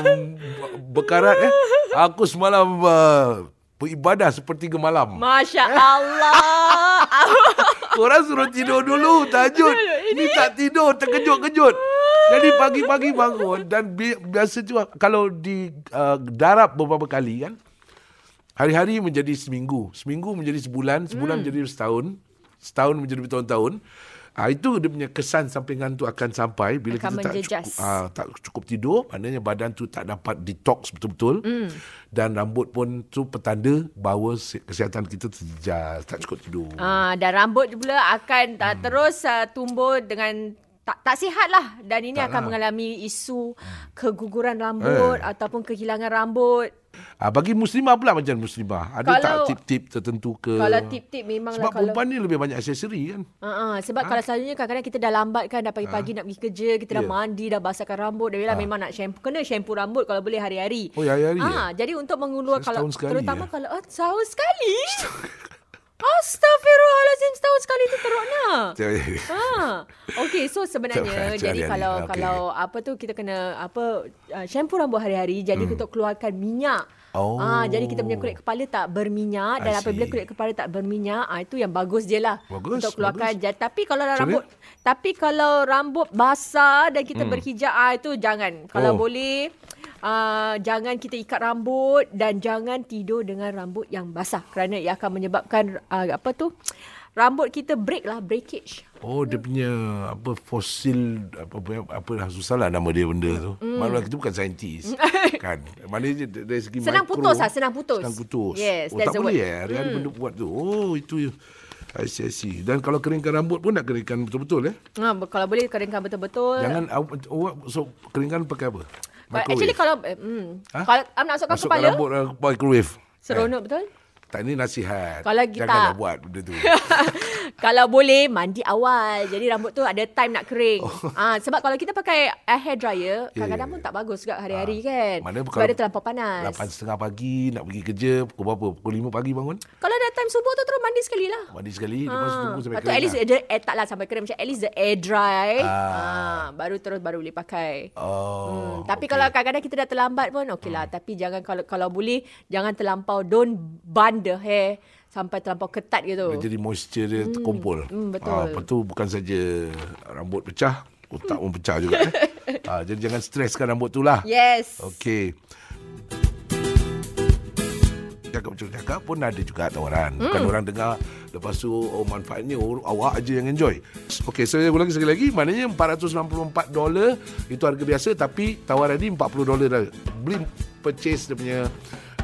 Speaker 1: Berkarat eh Aku semalam uh, Beribadah sepertiga malam
Speaker 2: Masya Allah.
Speaker 1: Korang suruh tidur dulu Tahajud Ni tak tidur Terkejut-kejut Jadi pagi-pagi bangun Dan bi- biasa juga Kalau di uh, Darab beberapa kali kan Hari-hari menjadi seminggu Seminggu menjadi sebulan
Speaker 2: Hmm.
Speaker 1: Sebulan menjadi setahun Setahun menjadi bertahun-tahun Ah itu dia punya kesan sampingan tu akan sampai bila kita
Speaker 2: Akan
Speaker 1: tak
Speaker 2: menjejas.
Speaker 1: cukup, ah, tak cukup tidur maknanya badan tu tak dapat detox betul-betul
Speaker 2: Hmm.
Speaker 1: dan rambut pun tu petanda bahawa se- kesihatan kita terjejas tak cukup tidur
Speaker 2: Ah, dan rambut pula akan uh, terus uh, tumbuh dengan tak tak sihat lah dan ini akan mengalami isu keguguran rambut ataupun kehilangan rambut.
Speaker 1: Ah, bagi muslimah pula macam muslimah. Ada kalau, tak
Speaker 2: Kalau-
Speaker 1: tip-tip tertentu ke?
Speaker 2: Kalau tip-tip memanglah
Speaker 1: Sebab
Speaker 2: kalau
Speaker 1: perempuan ni lebih banyak aksesori kan.
Speaker 2: Uh-uh, sebab kalau selalunya kadang-kadang kita dah lambat kan dah pagi-pagi nak pergi kerja kita dah
Speaker 1: Ah. Ya. Ah.
Speaker 2: mandi dah basahkan rambut dah bila memang nak shampoo kena shampoo rambut kalau boleh hari-hari.
Speaker 1: Oh, ya, hari-hari
Speaker 2: Ah jadi untuk mengeluarkan
Speaker 1: Saya
Speaker 2: kalau
Speaker 1: setahun sekali,
Speaker 2: terutama
Speaker 1: ya.
Speaker 2: kalau oh, setahun sekali. Astaghfirullahalazim setahun sekali tu teruknya. Ha. Okey, so sebenarnya
Speaker 1: Macam- macam
Speaker 2: jadi
Speaker 1: hari-hari.
Speaker 2: kalau
Speaker 1: Okey.
Speaker 2: kalau apa tu kita kena apa uh, shampoo rambut hari-hari jadi kita keluarkan minyak.
Speaker 1: Hmm. Oh.
Speaker 2: Ah, jadi kita punya kulit kepala tak berminyak
Speaker 1: I
Speaker 2: dan
Speaker 1: see.
Speaker 2: apabila kulit kepala tak berminyak, ah itu yang bagus je lah
Speaker 1: Bagus,
Speaker 2: untuk keluarkan.
Speaker 1: bagus.
Speaker 2: Ja, tapi kalau
Speaker 1: Macam
Speaker 2: rambut tapi kalau rambut basah dan kita berhijab ah itu jangan. Kalau
Speaker 1: Hmm. Oh.
Speaker 2: boleh Uh, jangan kita ikat rambut dan jangan tidur dengan rambut yang basah kerana ia akan menyebabkan uh, apa tu rambut kita break lah breakage
Speaker 1: Oh, dia punya apa fosil apa apa, apa lah susah lah nama dia benda tu. Mm.
Speaker 2: Hmm.
Speaker 1: Maklumlah kita bukan saintis. kan. Maknanya dia- dari segi
Speaker 2: Senang
Speaker 1: mikro,
Speaker 2: putus lah, senang putus.
Speaker 1: Senang putus. oh,
Speaker 2: Yes, that's
Speaker 1: tak
Speaker 2: the
Speaker 1: boleh
Speaker 2: word. Hmm.
Speaker 1: eh. Hari-hari mm. benda buat tu. Oh, itu I see, I see. Dan kalau keringkan rambut pun nak keringkan betul-betul eh.
Speaker 2: Ha, be- kalau boleh keringkan betul-betul.
Speaker 1: Jangan awak- awak so keringkan pakai apa?
Speaker 2: But actually kalau eh, hmm,
Speaker 1: Ha?
Speaker 2: ha? kalau am nak masukkan
Speaker 1: Masukkan
Speaker 2: kepala
Speaker 1: rambut uh, microwave.
Speaker 2: seronok betul.
Speaker 1: Tak ni nasihat.
Speaker 2: Kalau kita-
Speaker 1: Janganlah buat benda tu.
Speaker 2: Kalau boleh mandi awal. Jadi rambut tu ada time nak kering. Oh. Ah sebab kalau kita pakai uh, hair dryer kadang-kadang pun tak bagus juga hari-hari
Speaker 1: Eh.
Speaker 2: kan.
Speaker 1: Ah. Mana
Speaker 2: sebab
Speaker 1: kalau-
Speaker 2: dia terlampau panas.
Speaker 1: Lapan setengah pagi nak pergi kerja. Pukul berapa? Pukul lima pagi bangun.
Speaker 2: Kalau dah time subuh tu terus mandi sekali lah.
Speaker 1: Mandi sekali.
Speaker 2: Ah,
Speaker 1: Lepas tu tunggu sampai
Speaker 2: Lepas tu at least
Speaker 1: lah.
Speaker 2: dia air tak lah sampai kering macam at least the air dry.
Speaker 1: Ah.
Speaker 2: Ah. baru terus baru boleh pakai.
Speaker 1: Oh,
Speaker 2: Hmm, tapi okay. kalau kadang-kadang kita dah terlambat pun okey lah. Tapi jangan kalau kalau boleh jangan terlampau don't bun the hair sampai terlampau ketat gitu.
Speaker 1: Jadi moisture dia terkumpul.
Speaker 2: hmm, betul.
Speaker 1: Ah, lepas tu bukan saja rambut pecah. Otak pun pecah juga. Eh. Ah, jadi jangan streskan rambut tu lah.
Speaker 2: Yes.
Speaker 1: Okey. Cakap macam cakap pun ada juga tawaran. Hmm. Bukan orang dengar. Lepas tu oh, manfaatnya or- awak aja yang enjoy. Okey, saya ulangi sekali lagi. Maknanya 464 dolar itu harga biasa tapi tawaran ni 40 dolar dah. Beli purchase dia punya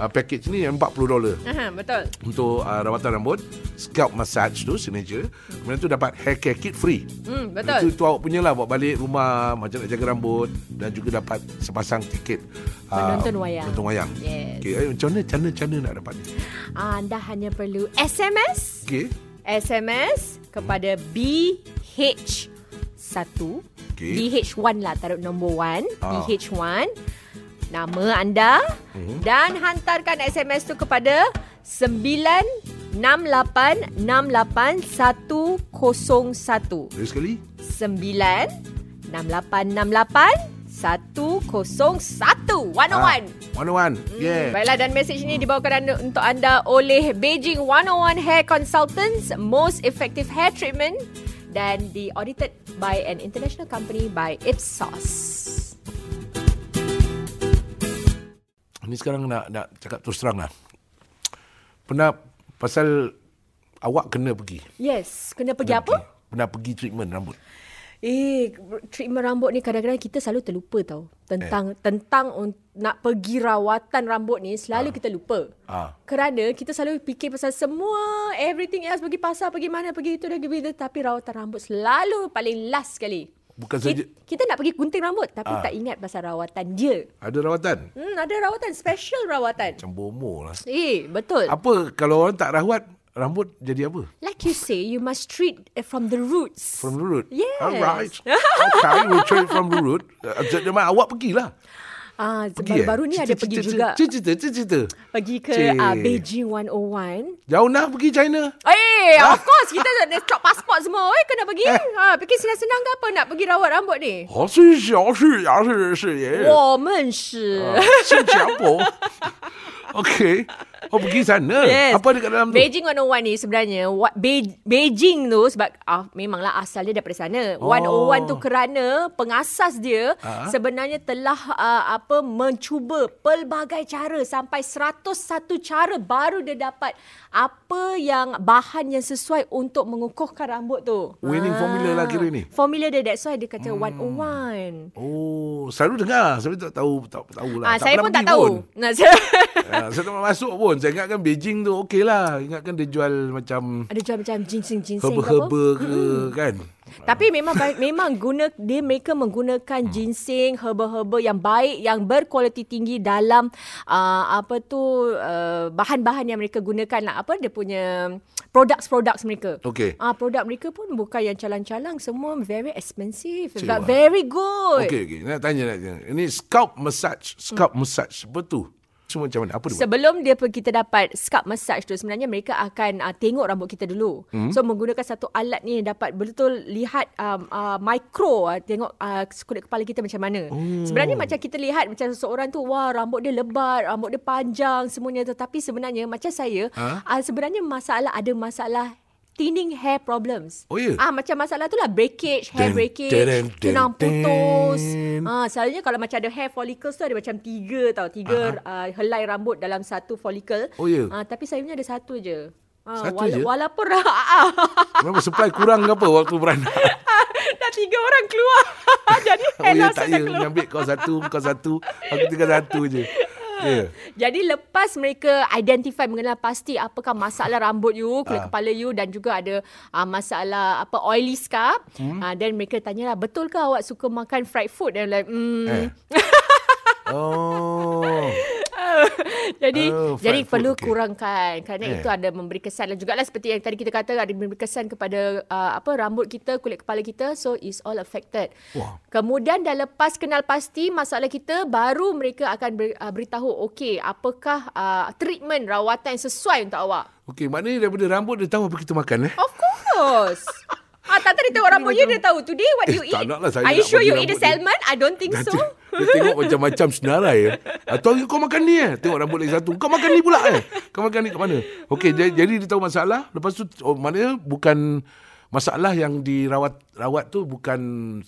Speaker 1: uh, package ni yang 40 dolar
Speaker 2: Aha, betul.
Speaker 1: untuk uh, rawatan rambut, scalp massage tu signature. Kemudian tu dapat hair care kit free.
Speaker 2: Hmm,
Speaker 1: Itu,
Speaker 2: betul.
Speaker 1: itu awak punya lah bawa balik rumah macam nak jaga rambut dan juga dapat sepasang tiket ah,
Speaker 2: Menonton wayang.
Speaker 1: Menonton wayang.
Speaker 2: Yes.
Speaker 1: Okey, eh, macam mana cara cara nak dapat ni?
Speaker 2: Ah, Anda hanya perlu SMS
Speaker 1: Okey.
Speaker 2: SMS kepada BH1
Speaker 1: Okey.
Speaker 2: BH1 lah taruh nombor 1
Speaker 1: Ah.
Speaker 2: BH1 nama anda
Speaker 1: Mhm.
Speaker 2: dan hantarkan SMS tu kepada 96868101 9
Speaker 1: Lagi sekali.
Speaker 2: 6868 101
Speaker 1: Ah,
Speaker 2: 101 Hmm,
Speaker 1: 101. Yeah.
Speaker 2: Baiklah dan mesej ini dibawakan anda, untuk anda oleh Beijing 101 Hair Consultants Most Effective Hair Treatment dan di audited by an international company by Ipsos.
Speaker 1: Ni sekarang nak nak cakap terus terang lah. Pernah pasal awak kena pergi.
Speaker 2: Yes, kena pergi Ya, apa?
Speaker 1: Pernah pergi treatment rambut.
Speaker 2: Eh, treatment rambut ni kadang-kadang kita selalu terlupa tau. Tentang eh. tentang un- nak pergi rawatan rambut ni selalu kita lupa.
Speaker 1: Ah.
Speaker 2: Kerana kita selalu fikir pasal semua everything else pergi pasar, pergi mana, pergi itu dan pergi itu tapi rawatan rambut selalu paling last sekali.
Speaker 1: Bukan
Speaker 2: kita,
Speaker 1: saja- Ah.
Speaker 2: kita nak pergi gunting rambut tapi tak ingat pasal rawatan dia.
Speaker 1: Ada rawatan.
Speaker 2: Hmm, ada rawatan special rawatan.
Speaker 1: Macam bomoh lah.
Speaker 2: Eh, betul.
Speaker 1: Apa kalau orang tak rawat rambut jadi apa?
Speaker 2: Like you say, you must treat eh, from the roots.
Speaker 1: From the root?
Speaker 2: Yes.
Speaker 1: Alright. Okay, we'll try it from the root. Uh, Jangan awak pergilah.
Speaker 2: ah,
Speaker 1: Pergi eh?
Speaker 2: baru-baru ni ada pergi juga.
Speaker 1: Cerita, cerita, cerita.
Speaker 2: Pergi
Speaker 1: Cik.
Speaker 2: ke uh, Beijing 101.
Speaker 1: Jauh nak pergi China.
Speaker 2: Eh, of course kita nak stop pasport semua. Eh, kena pergi. Ha, fikir senang-senang ke apa nak pergi rawat rambut ni?
Speaker 1: Oh, ya, 好是小事，小事是也。
Speaker 2: 我们是
Speaker 1: 是假不 Ah, ？Okay. Oh pergi sana.
Speaker 2: Yes.
Speaker 1: Apa dekat dalam tu?
Speaker 2: Beijing 101 ni sebenarnya what, Be- Beijing tu sebab ah, memanglah asal dia daripada sana.
Speaker 1: Oh.
Speaker 2: 101 tu kerana pengasas dia
Speaker 1: Ah.
Speaker 2: sebenarnya telah ah, apa mencuba pelbagai cara sampai 101 cara baru dia dapat apa yang bahan yang sesuai untuk mengukuhkan rambut tu. Ah.
Speaker 1: Winning formula lah kira ni. Hmm.
Speaker 2: Formula dia that's why dia kata 101.
Speaker 1: Oh, selalu dengar. Saya tak tahu, tak tahu lah.
Speaker 2: Ah, saya
Speaker 1: pernah
Speaker 2: pun tak
Speaker 1: pergi
Speaker 2: tahu. Nah, saya
Speaker 1: Ah, saya tak pernah masuk pun. Saya ingatkan Beijing tu okey lah. Ingatkan dia jual macam
Speaker 2: ada jual macam ginseng-ginseng ke apa. Hmm.
Speaker 1: herba-herba ke kan.
Speaker 2: Tapi memang baik, memang guna dia mereka
Speaker 1: Hmm.
Speaker 2: menggunakan ginseng, herba-herba yang baik yang berkualiti tinggi dalam uh, apa tu uh, bahan-bahan yang mereka gunakan lah apa dia punya produk-produk mereka.
Speaker 1: Okey.
Speaker 2: Ah produk mereka pun bukan yang calang-calang semua very expensive
Speaker 1: Cik
Speaker 2: but
Speaker 1: Wah.
Speaker 2: very good.
Speaker 1: Okey, okey. Nak tanya nak tanya. Ini scalp massage. Scalp massage. Apa tu? Semua macam mana? Apa dia buat?
Speaker 2: Sebelum dia pergi kita dapat scalp massage tu sebenarnya mereka akan uh, tengok rambut kita dulu. Hmm. So menggunakan satu alat ni dapat betul lihat um, uh, mikro uh, tengok uh, kulit kepala kita macam mana.
Speaker 1: Oh.
Speaker 2: Hmm. Sebenarnya macam kita lihat macam seseorang tu wah rambut dia lebat, rambut dia panjang semuanya tetapi sebenarnya macam saya
Speaker 1: Ha?
Speaker 2: ha? uh, sebenarnya masalah ada masalah thinning hair problems.
Speaker 1: Oh, ya?
Speaker 2: Ah macam masalah tu lah breakage, hair
Speaker 1: Dun,
Speaker 2: breakage,
Speaker 1: dun, dun,
Speaker 2: tunang
Speaker 1: dun.
Speaker 2: putus. Ah, selalunya kalau macam ada hair follicles tu ada macam tiga tau. Tiga uh, helai rambut dalam satu follicle.
Speaker 1: Oh, ya?
Speaker 2: Ah, tapi saya punya ada satu je. Ah,
Speaker 1: Satu je?
Speaker 2: Walaupun ah,
Speaker 1: Memang supply kurang ke apa waktu beranak?
Speaker 2: dah tiga orang keluar. Jadi hair
Speaker 1: Oh, ya,
Speaker 2: langsung
Speaker 1: tak
Speaker 2: dah
Speaker 1: ya.
Speaker 2: keluar.
Speaker 1: Ambil kau satu, kau satu. Aku tinggal satu je. Ya.
Speaker 2: Jadi lepas mereka identify mengenal pasti apakah masalah rambut
Speaker 1: Ah.
Speaker 2: you, kulit kepala you dan juga ada uh, masalah apa oily scalp. Hmm. Uh, then mereka tanyalah, betul ke awak suka Ah,
Speaker 1: ha.
Speaker 2: makan fried food? And I'm like, hmm.
Speaker 1: Eh. Oh.
Speaker 2: Jadi
Speaker 1: Oh,
Speaker 2: uh,
Speaker 1: fried
Speaker 2: jadi
Speaker 1: food,
Speaker 2: perlu
Speaker 1: okey.
Speaker 2: okay. kurangkan kerana
Speaker 1: Yeah.
Speaker 2: yeah. itu ada memberi kesan dan jugalah seperti yang tadi kita kata ada memberi kesan kepada uh, apa rambut kita, kulit kepala kita so is all affected.
Speaker 1: Wah.
Speaker 2: Kemudian dah lepas kenal pasti masalah kita baru mereka akan ber, uh, beritahu okey apakah uh, treatment rawatan yang sesuai untuk awak.
Speaker 1: Okey, maknanya daripada rambut dia tahu apa kita makan eh.
Speaker 2: Of course. ah, tak tadi tengok rambut you dia tahu today what
Speaker 1: Eh,
Speaker 2: you
Speaker 1: tak
Speaker 2: eat.
Speaker 1: nak lah saya
Speaker 2: Are you
Speaker 1: nak
Speaker 2: sure
Speaker 1: bagi
Speaker 2: you eat the
Speaker 1: rambut dia.
Speaker 2: salmon? I don't think so.
Speaker 1: Dia- Dia tengok macam-macam senarai ya. Atau hari kau makan ni eh. Tengok rambut lagi satu. Kau makan ni pula eh. Kau makan ni kat mana? Okey,
Speaker 2: Ah.
Speaker 1: jadi, jadi dia tahu masalah. Lepas tu oh, maknanya bukan masalah yang dirawat rawat tu bukan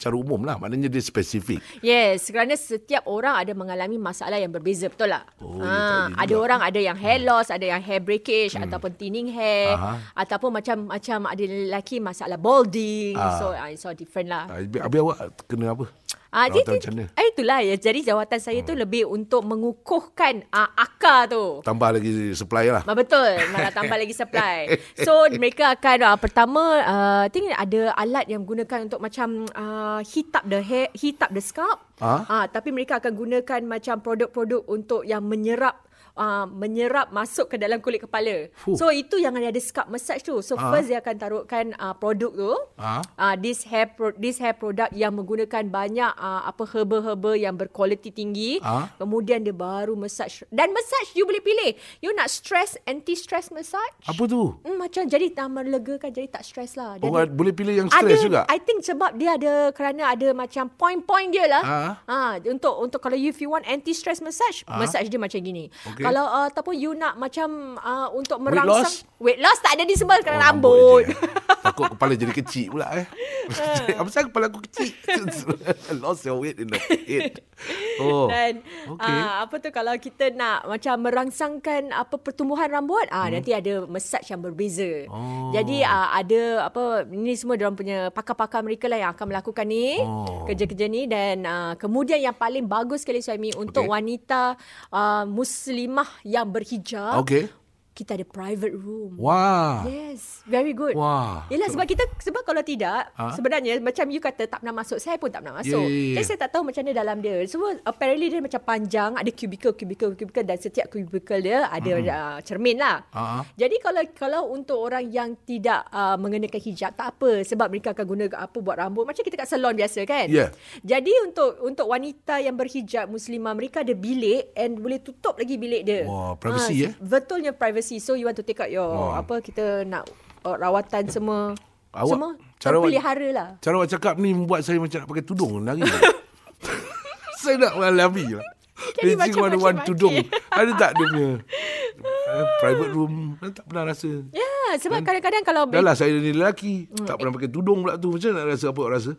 Speaker 1: secara umum lah. Maknanya dia spesifik.
Speaker 2: Yes, kerana setiap orang ada mengalami masalah yang berbeza, betul tak?
Speaker 1: Oh, ya, tak
Speaker 2: ha,
Speaker 1: ada juga.
Speaker 2: ada
Speaker 1: Hmm.
Speaker 2: orang ada yang hair loss, ada yang hair breakage hmm. ataupun thinning hair
Speaker 1: Aha.
Speaker 2: ataupun macam macam ada lelaki masalah balding. So uh, it's all different lah.
Speaker 1: Ah, Habis, habis awak kena apa?
Speaker 2: Ah,
Speaker 1: Rawatan
Speaker 2: jadi
Speaker 1: macam mana? Hmm.
Speaker 2: ah, itulah ya. Jadi jawatan saya tu lebih untuk mengukuhkan ah, akar tu.
Speaker 1: Tambah lagi supply lah.
Speaker 2: Ah, betul. Nak tambah lagi supply. So mereka akan uh, pertama uh, I think ada alat yang gunakan untuk macam uh, heat up the hair, heat up the scalp.
Speaker 1: Ah?
Speaker 2: Ah, tapi mereka akan gunakan macam produk-produk untuk yang menyerap Uh, menyerap masuk ke dalam kulit kepala.
Speaker 1: Fuh.
Speaker 2: So itu yang ada scalp massage tu. So
Speaker 1: Ah.
Speaker 2: first dia akan taruhkan uh, produk tu.
Speaker 1: Ah.
Speaker 2: Uh, this hair pro- this hair product yang menggunakan banyak uh, apa herba-herba yang berkualiti tinggi.
Speaker 1: Ah.
Speaker 2: Kemudian dia baru massage. Dan massage you boleh pilih. You nak stress, anti-stress massage.
Speaker 1: Apa tu?
Speaker 2: Hmm, macam jadi tak melegakan, jadi tak stress lah. Dan
Speaker 1: Orang boleh pilih yang
Speaker 2: ada,
Speaker 1: stress juga?
Speaker 2: I think sebab dia ada kerana ada macam point-point dia lah.
Speaker 1: Ah.
Speaker 2: Ah, untuk untuk kalau if you want anti-stress massage, massage dia macam gini.
Speaker 1: Okey.
Speaker 2: Kalau uh, ataupun you nak macam uh, untuk
Speaker 1: Weight
Speaker 2: merangsang weight loss tak ada di sebab
Speaker 1: Oh,
Speaker 2: kerana
Speaker 1: rambut
Speaker 2: rambut.
Speaker 1: je. ya. Takut kepala jadi kecil pula eh. Apa pasal kepala aku kecil? Lost your weight in the head. Oh. okay.
Speaker 2: Dan okay. uh, apa tu kalau kita nak macam merangsangkan apa pertumbuhan rambut, ah hmm. nanti ada massage yang berbeza.
Speaker 1: Oh.
Speaker 2: Jadi uh, ada apa ni semua dia punya pakar-pakar mereka lah yang akan melakukan ni
Speaker 1: Oh.
Speaker 2: kerja-kerja ni dan uh, kemudian yang paling bagus sekali suami
Speaker 1: Okey.
Speaker 2: untuk okay. wanita uh, muslimah yang berhijab,
Speaker 1: Okey.
Speaker 2: kita ada private room.
Speaker 1: Wah.
Speaker 2: Yes, very good.
Speaker 1: Wah.
Speaker 2: Yelah sebab kita sebab kalau tidak
Speaker 1: Ha?
Speaker 2: ha? sebenarnya macam you kata tak pernah masuk saya pun tak pernah masuk.
Speaker 1: Ya, ya, ya.
Speaker 2: Jadi saya tak tahu macam mana dalam dia. Semua apparently dia macam panjang ada cubicle cubicle cubicle dan setiap cubicle dia ada hmm. uh, cermin lah.
Speaker 1: Ha.
Speaker 2: Jadi kalau kalau untuk orang yang tidak uh, mengenakan hijab tak apa sebab mereka akan guna apa buat rambut macam kita kat salon biasa kan.
Speaker 1: Ya.
Speaker 2: Jadi untuk untuk wanita yang berhijab muslimah mereka ada bilik and boleh tutup lagi bilik dia.
Speaker 1: Wah, privacy, eh?
Speaker 2: Ah, Betulnya privacy. So you want to take out your
Speaker 1: Wah.
Speaker 2: apa kita nak uh, rawatan semua
Speaker 1: Awak-
Speaker 2: semua
Speaker 1: cara awak-
Speaker 2: terpelihara lah.
Speaker 1: Cara awak cakap ni membuat saya macam nak pakai tudung lari. saya nak mengalami lah.
Speaker 2: Jadi
Speaker 1: Racing 101
Speaker 2: macam maki-maki.
Speaker 1: tudung. Ada tak dia punya eh, private room? Saya tak pernah rasa.
Speaker 2: Ya, yeah,
Speaker 1: Hmm.
Speaker 2: sebab kadang-kadang kalau Hmm, eh.
Speaker 1: Dah lah saya ni lelaki. Tak pernah pakai tudung pula tu. Macam mana nak rasa apa awak rasa?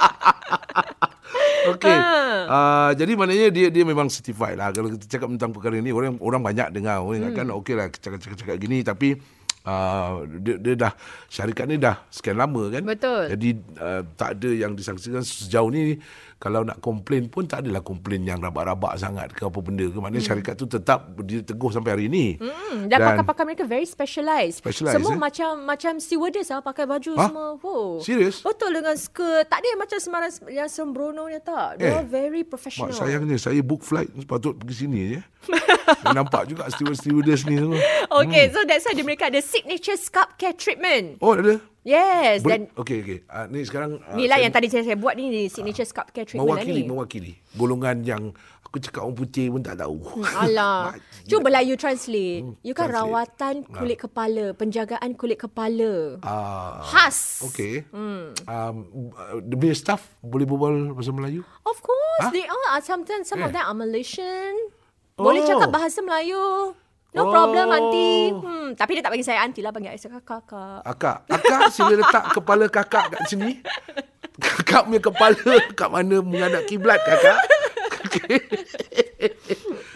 Speaker 1: Okey.
Speaker 2: Ha.
Speaker 1: Uh, jadi maknanya dia dia memang certified lah kalau kita cakap tentang perkara ni orang orang banyak dengar orang hmm. akan okey lah cakap-cakap gini tapi uh, dia, dia dah syarikat ni dah sekian lama kan.
Speaker 2: Betul.
Speaker 1: Jadi uh, tak ada yang disangsikan sejauh ni kalau nak komplain pun tak adalah komplain yang rabak-rabak sangat ke apa benda ke maknanya hmm. syarikat tu tetap dia teguh sampai hari ni.
Speaker 2: Hmm, dan, dan pakar-pakar mereka very specialised.
Speaker 1: Specialised, eh?
Speaker 2: Semua macam macam stewardess lah pakai baju
Speaker 1: Hah?
Speaker 2: semua. Wow.
Speaker 1: Serius?
Speaker 2: Betul dengan skirt. Tak ada yang macam sembarang yang sembrono ni tak. They
Speaker 1: Eh,
Speaker 2: are very
Speaker 1: Mak
Speaker 2: professional.
Speaker 1: sayangnya saya book flight patut pergi sini je. Nampak juga steward-stewardess ni semua. Hmm.
Speaker 2: Okay, so that's why dia mereka ada signature scalp care treatment.
Speaker 1: Oh ada.
Speaker 2: Yes, dan
Speaker 1: Boleh, okey okey. Uh, ni sekarang uh,
Speaker 2: Ni lah
Speaker 1: saya
Speaker 2: yang tadi saya, saya buat ni, ni signature scalp care treatment lah
Speaker 1: mewakili
Speaker 2: ni.
Speaker 1: mewakili golongan yang aku cakap orang putih pun tak tahu.
Speaker 2: Hmm, Alah. Cubalah you translate. you kan
Speaker 1: Hmm, translate.
Speaker 2: rawatan kulit kepala, penjagaan kulit kepala.
Speaker 1: Ah,
Speaker 2: Khas.
Speaker 1: okey. Hmm. Um, uh, the best staff boleh berbual bahasa Melayu?
Speaker 2: Of course, they are. Sometimes some of
Speaker 1: Eh.
Speaker 2: them are Malaysian.
Speaker 1: Oh.
Speaker 2: Boleh cakap bahasa Melayu. No
Speaker 1: Oh.
Speaker 2: problem, aunty. Hmm, tapi dia tak panggil saya aunty lah, panggil saya kakak-kakak.
Speaker 1: Akak, akak sila letak kepala kakak kat sini. Kakak punya kepala kat mana menghadap kiblat kakak?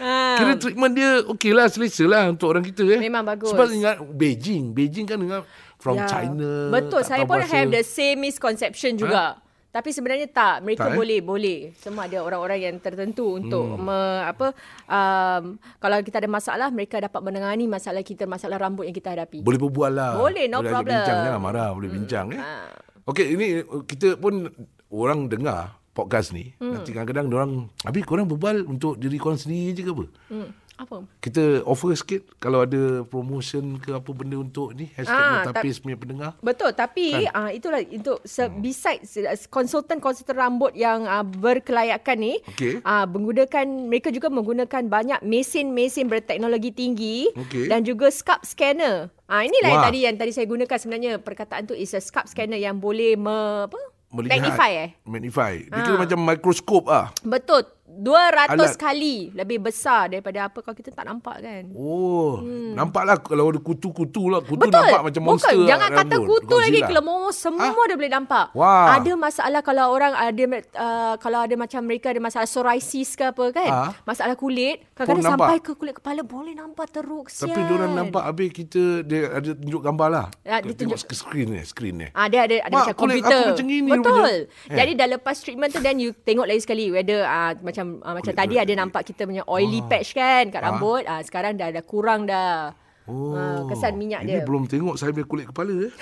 Speaker 2: Ha.
Speaker 1: Kira treatment dia okey lah, selesa lah untuk orang kita eh.
Speaker 2: Memang bagus.
Speaker 1: Sebab ingat Beijing. Beijing kan dengan from
Speaker 2: Ya.
Speaker 1: China.
Speaker 2: Betul,
Speaker 1: tak
Speaker 2: saya
Speaker 1: tahu
Speaker 2: pun
Speaker 1: bahasa. Ha?
Speaker 2: have the same misconception juga. Tapi sebenarnya tak,
Speaker 1: Tak,
Speaker 2: mereka
Speaker 1: eh? Hmm.
Speaker 2: boleh, boleh. Semua ada orang-orang yang tertentu untuk me, apa um, kalau kita ada masalah, mereka dapat menangani masalah kita, masalah rambut yang kita hadapi.
Speaker 1: Boleh lah, berbual lah.
Speaker 2: Boleh, no
Speaker 1: ajak
Speaker 2: problem. Hmm.
Speaker 1: Bincang, jangan marah. Boleh bincang. Eh?
Speaker 2: Ah.
Speaker 1: Okey, ini uh, kita pun orang dengar podcast ni hmm. nanti kadang-kadang orang habis korang berbual untuk diri korang sendiri je ke apa?
Speaker 2: Hmm. Apa?
Speaker 1: Kita offer sikit kalau ada promotion ke apa benda untuk ni hashtag
Speaker 2: Ah,
Speaker 1: ah,
Speaker 2: tak-
Speaker 1: Notapis punya pendengar.
Speaker 2: Betul tapi kan. uh, itulah untuk se-
Speaker 1: Hmm.
Speaker 2: besides uh, konsultan-konsultan rambut yang uh, berkelayakan ni
Speaker 1: Okey.
Speaker 2: uh, menggunakan mereka juga menggunakan banyak mesin-mesin berteknologi tinggi
Speaker 1: Okey.
Speaker 2: dan juga scalp scanner. Ah uh, inilah yang
Speaker 1: Wah.
Speaker 2: tadi yang tadi saya gunakan sebenarnya perkataan tu is a scalp scanner yang boleh me, apa?
Speaker 1: Melihat
Speaker 2: Magnify eh.
Speaker 1: Magnify. Dia kira macam mikroskop ah.
Speaker 2: Betul. 200
Speaker 1: Alat.
Speaker 2: kali lebih besar daripada apa kalau kita tak nampak kan.
Speaker 1: Oh, hmm. nampaklah kalau ada kutu-kutu lah. Kutu
Speaker 2: Betul.
Speaker 1: nampak macam monster.
Speaker 2: Bukan. Jangan
Speaker 1: kat
Speaker 2: kata
Speaker 1: rambut.
Speaker 2: kutu lagi.
Speaker 1: Godzilla. Ah.
Speaker 2: Kelemur semua ha? dia boleh nampak.
Speaker 1: Wah.
Speaker 2: Ada masalah kalau orang ada uh, kalau ada macam mereka ada masalah psoriasis ke apa kan.
Speaker 1: Ah.
Speaker 2: Masalah kulit. Kadang-kadang
Speaker 1: nampak.
Speaker 2: sampai ke kulit kepala boleh nampak teruk.
Speaker 1: Tapi
Speaker 2: sian.
Speaker 1: diorang nampak habis kita dia ada tunjuk gambar lah.
Speaker 2: Ah, dia
Speaker 1: Kita
Speaker 2: tunjuk-
Speaker 1: tengok screen ni, screen ni.
Speaker 2: Ah, dia ada ada
Speaker 1: Mak,
Speaker 2: macam
Speaker 1: kulit
Speaker 2: komputer.
Speaker 1: aku macam gini Eh.
Speaker 2: Betul.
Speaker 1: rupanya.
Speaker 2: Yeah. Jadi dah lepas treatment tu then you tengok lagi sekali whether ah, macam ah, macam
Speaker 1: Kulit
Speaker 2: tadi
Speaker 1: kulit
Speaker 2: ada
Speaker 1: kulit.
Speaker 2: nampak kita punya oily patch kan kat
Speaker 1: Ah.
Speaker 2: rambut. Ah, sekarang dah dah kurang dah. Ah, kesan minyak
Speaker 1: Oh. ini
Speaker 2: dia.
Speaker 1: belum tengok saya punya kulit kepala eh.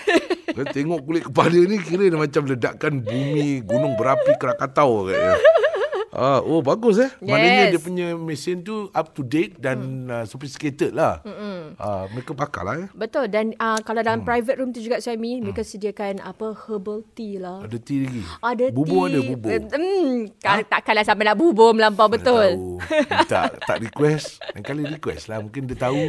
Speaker 1: Kalau tengok kulit kepala ni kira dia macam ledakan bumi gunung berapi Krakatau katnya. Ah, oh bagus eh. Maknanya
Speaker 2: Yes. Hmm.
Speaker 1: dia punya mesin tu up to date dan uh, sophisticated lah. Ah, mereka pakar lah eh.
Speaker 2: Betul dan uh, kalau dalam hmm. private room tu juga Suami hmm. mereka sediakan apa herbal tea lah.
Speaker 1: Ada tea lagi.
Speaker 2: Ada
Speaker 1: bubur
Speaker 2: tea.
Speaker 1: ada bubur.
Speaker 2: Eh, Hmm, ha? takkanlah sampai nak bubur melampau betul.
Speaker 1: Tahu. tak tak request. Lain kali request lah mungkin dia tahu.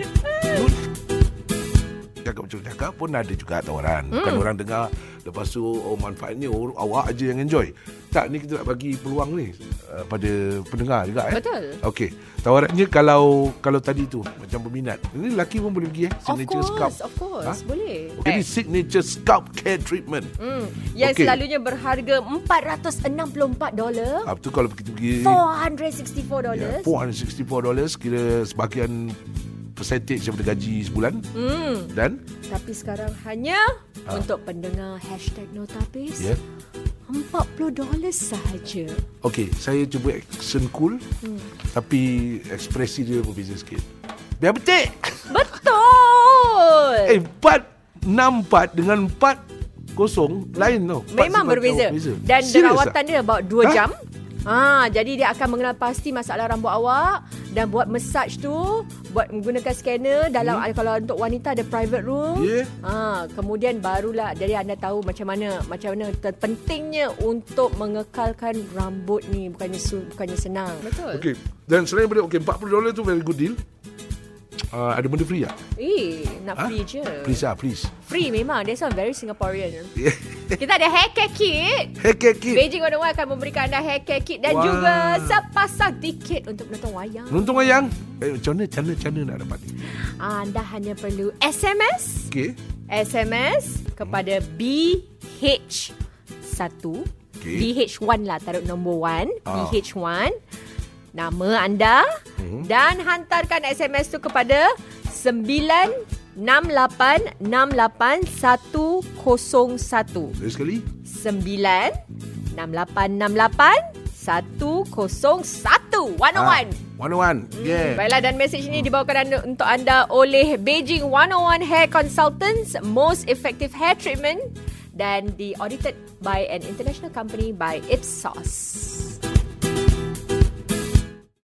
Speaker 1: Cakap macam cakap pun ada juga tawaran.
Speaker 2: Hmm.
Speaker 1: Bukan orang dengar lepas tu oh manfaatnya oh, awak aja yang enjoy. Tak ni kita nak bagi peluang ni uh, pada pendengar juga eh.
Speaker 2: Betul.
Speaker 1: Okey. Tawarannya kalau kalau tadi tu macam berminat. Ini lelaki pun boleh pergi eh
Speaker 2: Of
Speaker 1: signature scalp.
Speaker 2: course, of course,
Speaker 1: Ha?
Speaker 2: boleh.
Speaker 1: Jadi signature scalp care treatment.
Speaker 2: Hmm, yang
Speaker 1: Okey.
Speaker 2: okay. selalunya berharga 464 dolar,
Speaker 1: Apa tu Ah, kalau kita pergi
Speaker 2: 464 dolar.
Speaker 1: Ya, $464 kira sebahagian percentage daripada gaji sebulan
Speaker 2: Hmm,
Speaker 1: dan
Speaker 2: tapi sekarang hanya
Speaker 1: Ha.
Speaker 2: untuk pendengar hashtag #notapis
Speaker 1: ya yeah.
Speaker 2: 40 dolar sahaja.
Speaker 1: okey saya cuba action cool hmm. tapi ekspresi dia berbeza sikit biar betik
Speaker 2: Betul.
Speaker 1: eh 4 64 dengan 4 kosong lain tau Empat
Speaker 2: Memang
Speaker 1: sebab
Speaker 2: berbeza.
Speaker 1: jauh
Speaker 2: Dan
Speaker 1: Serius
Speaker 2: rawatan
Speaker 1: tak?
Speaker 2: dia about 2 ha?
Speaker 1: Ha?
Speaker 2: jam. Ah, jadi dia akan mengenal pasti masalah rambut awak dan buat massage tu, buat menggunakan scanner dalam hmm. kalau untuk wanita ada private room.
Speaker 1: Ya.
Speaker 2: Ah, kemudian barulah jadi anda tahu macam mana macam mana ter- pentingnya untuk mengekalkan rambut ni bukannya su- bukannya senang. Betul.
Speaker 1: okey dan selain daripada okey 40 dolar tu very good deal uh, ada benda free tak?
Speaker 2: Eh,
Speaker 1: Ha?
Speaker 2: nak free je.
Speaker 1: Please lah, please.
Speaker 2: Free memang. That's one very Singaporean.
Speaker 1: Yeah.
Speaker 2: Kita ada hair care kit.
Speaker 1: Hey, kid, kid.
Speaker 2: Beijing 101 akan memberikan anda hair care kit dan
Speaker 1: Wah.
Speaker 2: juga sepasang tiket untuk menonton wayang.
Speaker 1: Nonton wayang. Eh, macam mana, macam mana, macam mana nak dapat ni?
Speaker 2: Ah, Anda hanya perlu SMS
Speaker 1: Okey.
Speaker 2: SMS kepada BH1
Speaker 1: Okey.
Speaker 2: BH1 lah taruh nombor 1
Speaker 1: Ah.
Speaker 2: BH1 nama anda
Speaker 1: Mhm.
Speaker 2: dan hantarkan SMS tu kepada 96868101
Speaker 1: Lagi sekali.
Speaker 2: 9 6868 101 101
Speaker 1: Ah, One Hmm, one. Yeah.
Speaker 2: Baiklah dan mesej ini dibawakan anda, untuk anda oleh Beijing 101 Hair Consultants Most Effective Hair Treatment dan di audited by an international company by Ipsos.